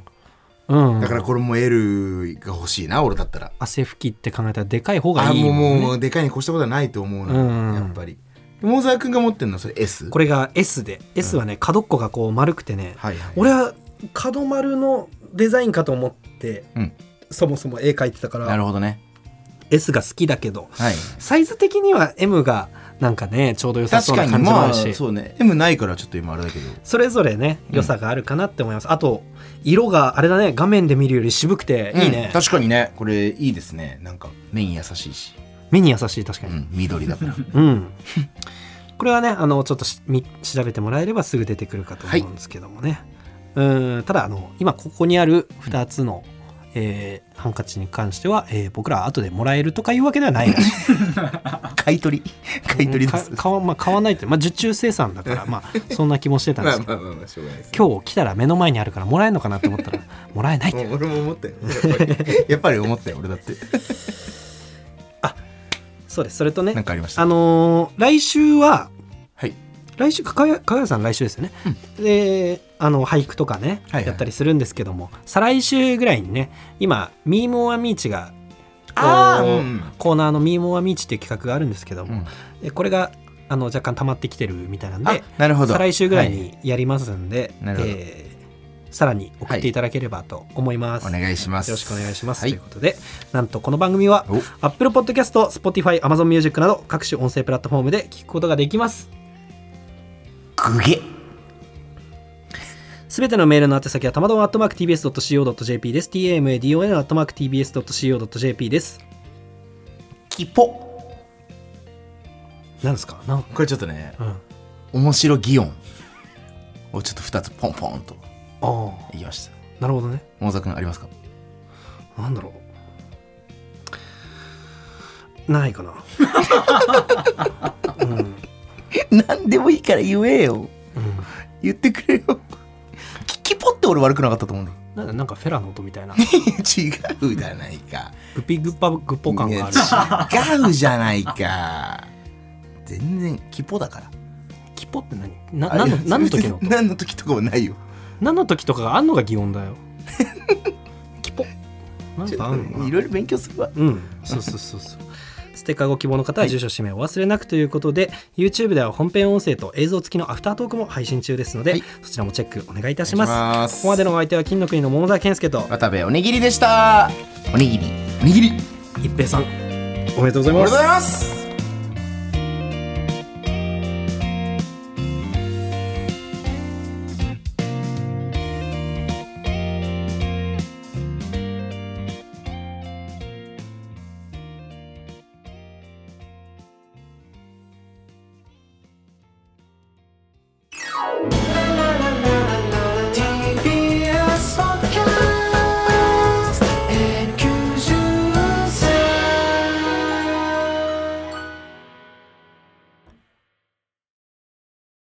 Speaker 2: うん
Speaker 1: だからこれも L が欲しいな俺だったら
Speaker 2: 汗拭きって考えたらでかい方が
Speaker 1: あ
Speaker 2: いい
Speaker 1: もう
Speaker 2: もんね
Speaker 1: もうでかいに越したことはないと思う
Speaker 2: うん
Speaker 1: なやっぱり桃沢君が持ってるのはそれ S?
Speaker 2: これが S で S はね角っこがこう丸くてね、
Speaker 1: はいはい
Speaker 2: 俺は角丸のデザインかと思って、
Speaker 1: うん
Speaker 2: そもそも絵描いてたか
Speaker 1: なる
Speaker 2: ら
Speaker 1: ほどね
Speaker 2: S が好きだけど
Speaker 1: はい
Speaker 2: サイズ的には M がなんかねちょうど良さそ
Speaker 1: 確
Speaker 2: う
Speaker 1: かに
Speaker 2: な感じもあ
Speaker 1: まあ
Speaker 2: るし、そ
Speaker 1: そうね M ないからちょっと今あれだけど
Speaker 2: れぞれね良さがあるかなって思います、あと色があれだね画面で見るより渋くていいね
Speaker 1: うん、確かにねこれいいですねなんか目に優しいし、
Speaker 2: 目に優しい確か
Speaker 1: う
Speaker 2: に
Speaker 1: ん、緑だから
Speaker 2: うん、 これはねあのちょっとしみ調べてもらえればすぐ出てくるかと思うんですけどもね、うんただあの今ここにある2つの、えーハンカチに関しては、えー僕らは後でもらえるとかいうわけではないらしい
Speaker 1: 買い取り 買い取りです
Speaker 2: か買わ,、まあ、買わないって、まあ、受注生産 だから、まあ、そんな気もしてたんで
Speaker 1: ますあ
Speaker 2: けど
Speaker 1: まあまあまあしょうがないです
Speaker 2: 今日来たら目の前にあるからもらえるのかなと思ったらもらえないって
Speaker 1: うん 俺も思ったよやっぱりやっぱり思ったよ俺だ って
Speaker 2: そうですそれとね
Speaker 1: なんかありました
Speaker 2: あのー来週は
Speaker 1: はい
Speaker 2: 来週かかやかがやさん来週ですよね、であの俳句とかね、
Speaker 1: はいはい
Speaker 2: やったりするんですけども再来週ぐらいにね今「ミーモアミーチが」
Speaker 1: あー
Speaker 2: こう
Speaker 1: うん
Speaker 2: コーナーの「ミーモアミーチ」っていう企画があるんですけど
Speaker 1: う
Speaker 2: も
Speaker 1: ん、
Speaker 2: でこれがあの若干溜まってきてるみたいなん
Speaker 1: あ
Speaker 2: で
Speaker 1: なるほど
Speaker 2: 再来週ぐらい
Speaker 1: は
Speaker 2: にやりますんで、
Speaker 1: なるほど
Speaker 2: えーさらに送っていただければと思います、
Speaker 1: お願いします
Speaker 2: よろしくお願いします、
Speaker 1: はい
Speaker 2: ということでなんとこの番組は
Speaker 1: お
Speaker 2: Apple Podcast、Spotify、Amazon Music など各種音声プラットフォームで聞くことができます
Speaker 1: くげ
Speaker 2: すべてのメールの宛先はたまどん atmarktbs.co.jp です tamadon atmarktbs.co.jp です
Speaker 1: キポ
Speaker 2: なんですかなん、
Speaker 1: これちょっとね
Speaker 2: うん、あ
Speaker 1: 面白擬音をちょっと2つポンポンと
Speaker 2: あ
Speaker 1: いきました
Speaker 2: なるほどね
Speaker 1: 桃沢君ありますか
Speaker 2: なんだろうないかなうん
Speaker 1: 何でもいいから言えよ
Speaker 2: うん
Speaker 1: 言ってくれ よキキポって俺悪くなかったと思うんだよ
Speaker 2: なんだなんかフェラの音みたい な
Speaker 1: 違うじゃないか
Speaker 2: グピグッパグッポ感がある
Speaker 1: いや違うじゃないか全然キポだから
Speaker 2: キポって何な
Speaker 1: あ
Speaker 2: 何の
Speaker 1: いや
Speaker 2: 何の時の
Speaker 1: 別に何の時とかもないよ
Speaker 2: 何の時とかがあんのが擬音だよ キポなんかあんのか
Speaker 1: い
Speaker 2: な
Speaker 1: ろいろ勉強するわ
Speaker 2: うんそうそうそうそうステッカーご希望の方は住所氏名をお忘れなくということで、YouTube では本編音声と映像付きのアフタートークも配信中ですので、
Speaker 1: はい
Speaker 2: そちらもチェックお願いいたします
Speaker 1: お願いします
Speaker 2: ここまでのお相手は金の国の桃沢健介と
Speaker 1: 渡部おにぎりでしたおにぎりおにぎり
Speaker 2: 一平さんおめでとうご
Speaker 1: おめでと
Speaker 2: ざい
Speaker 1: う
Speaker 2: ま
Speaker 1: ご
Speaker 2: す
Speaker 1: ざいます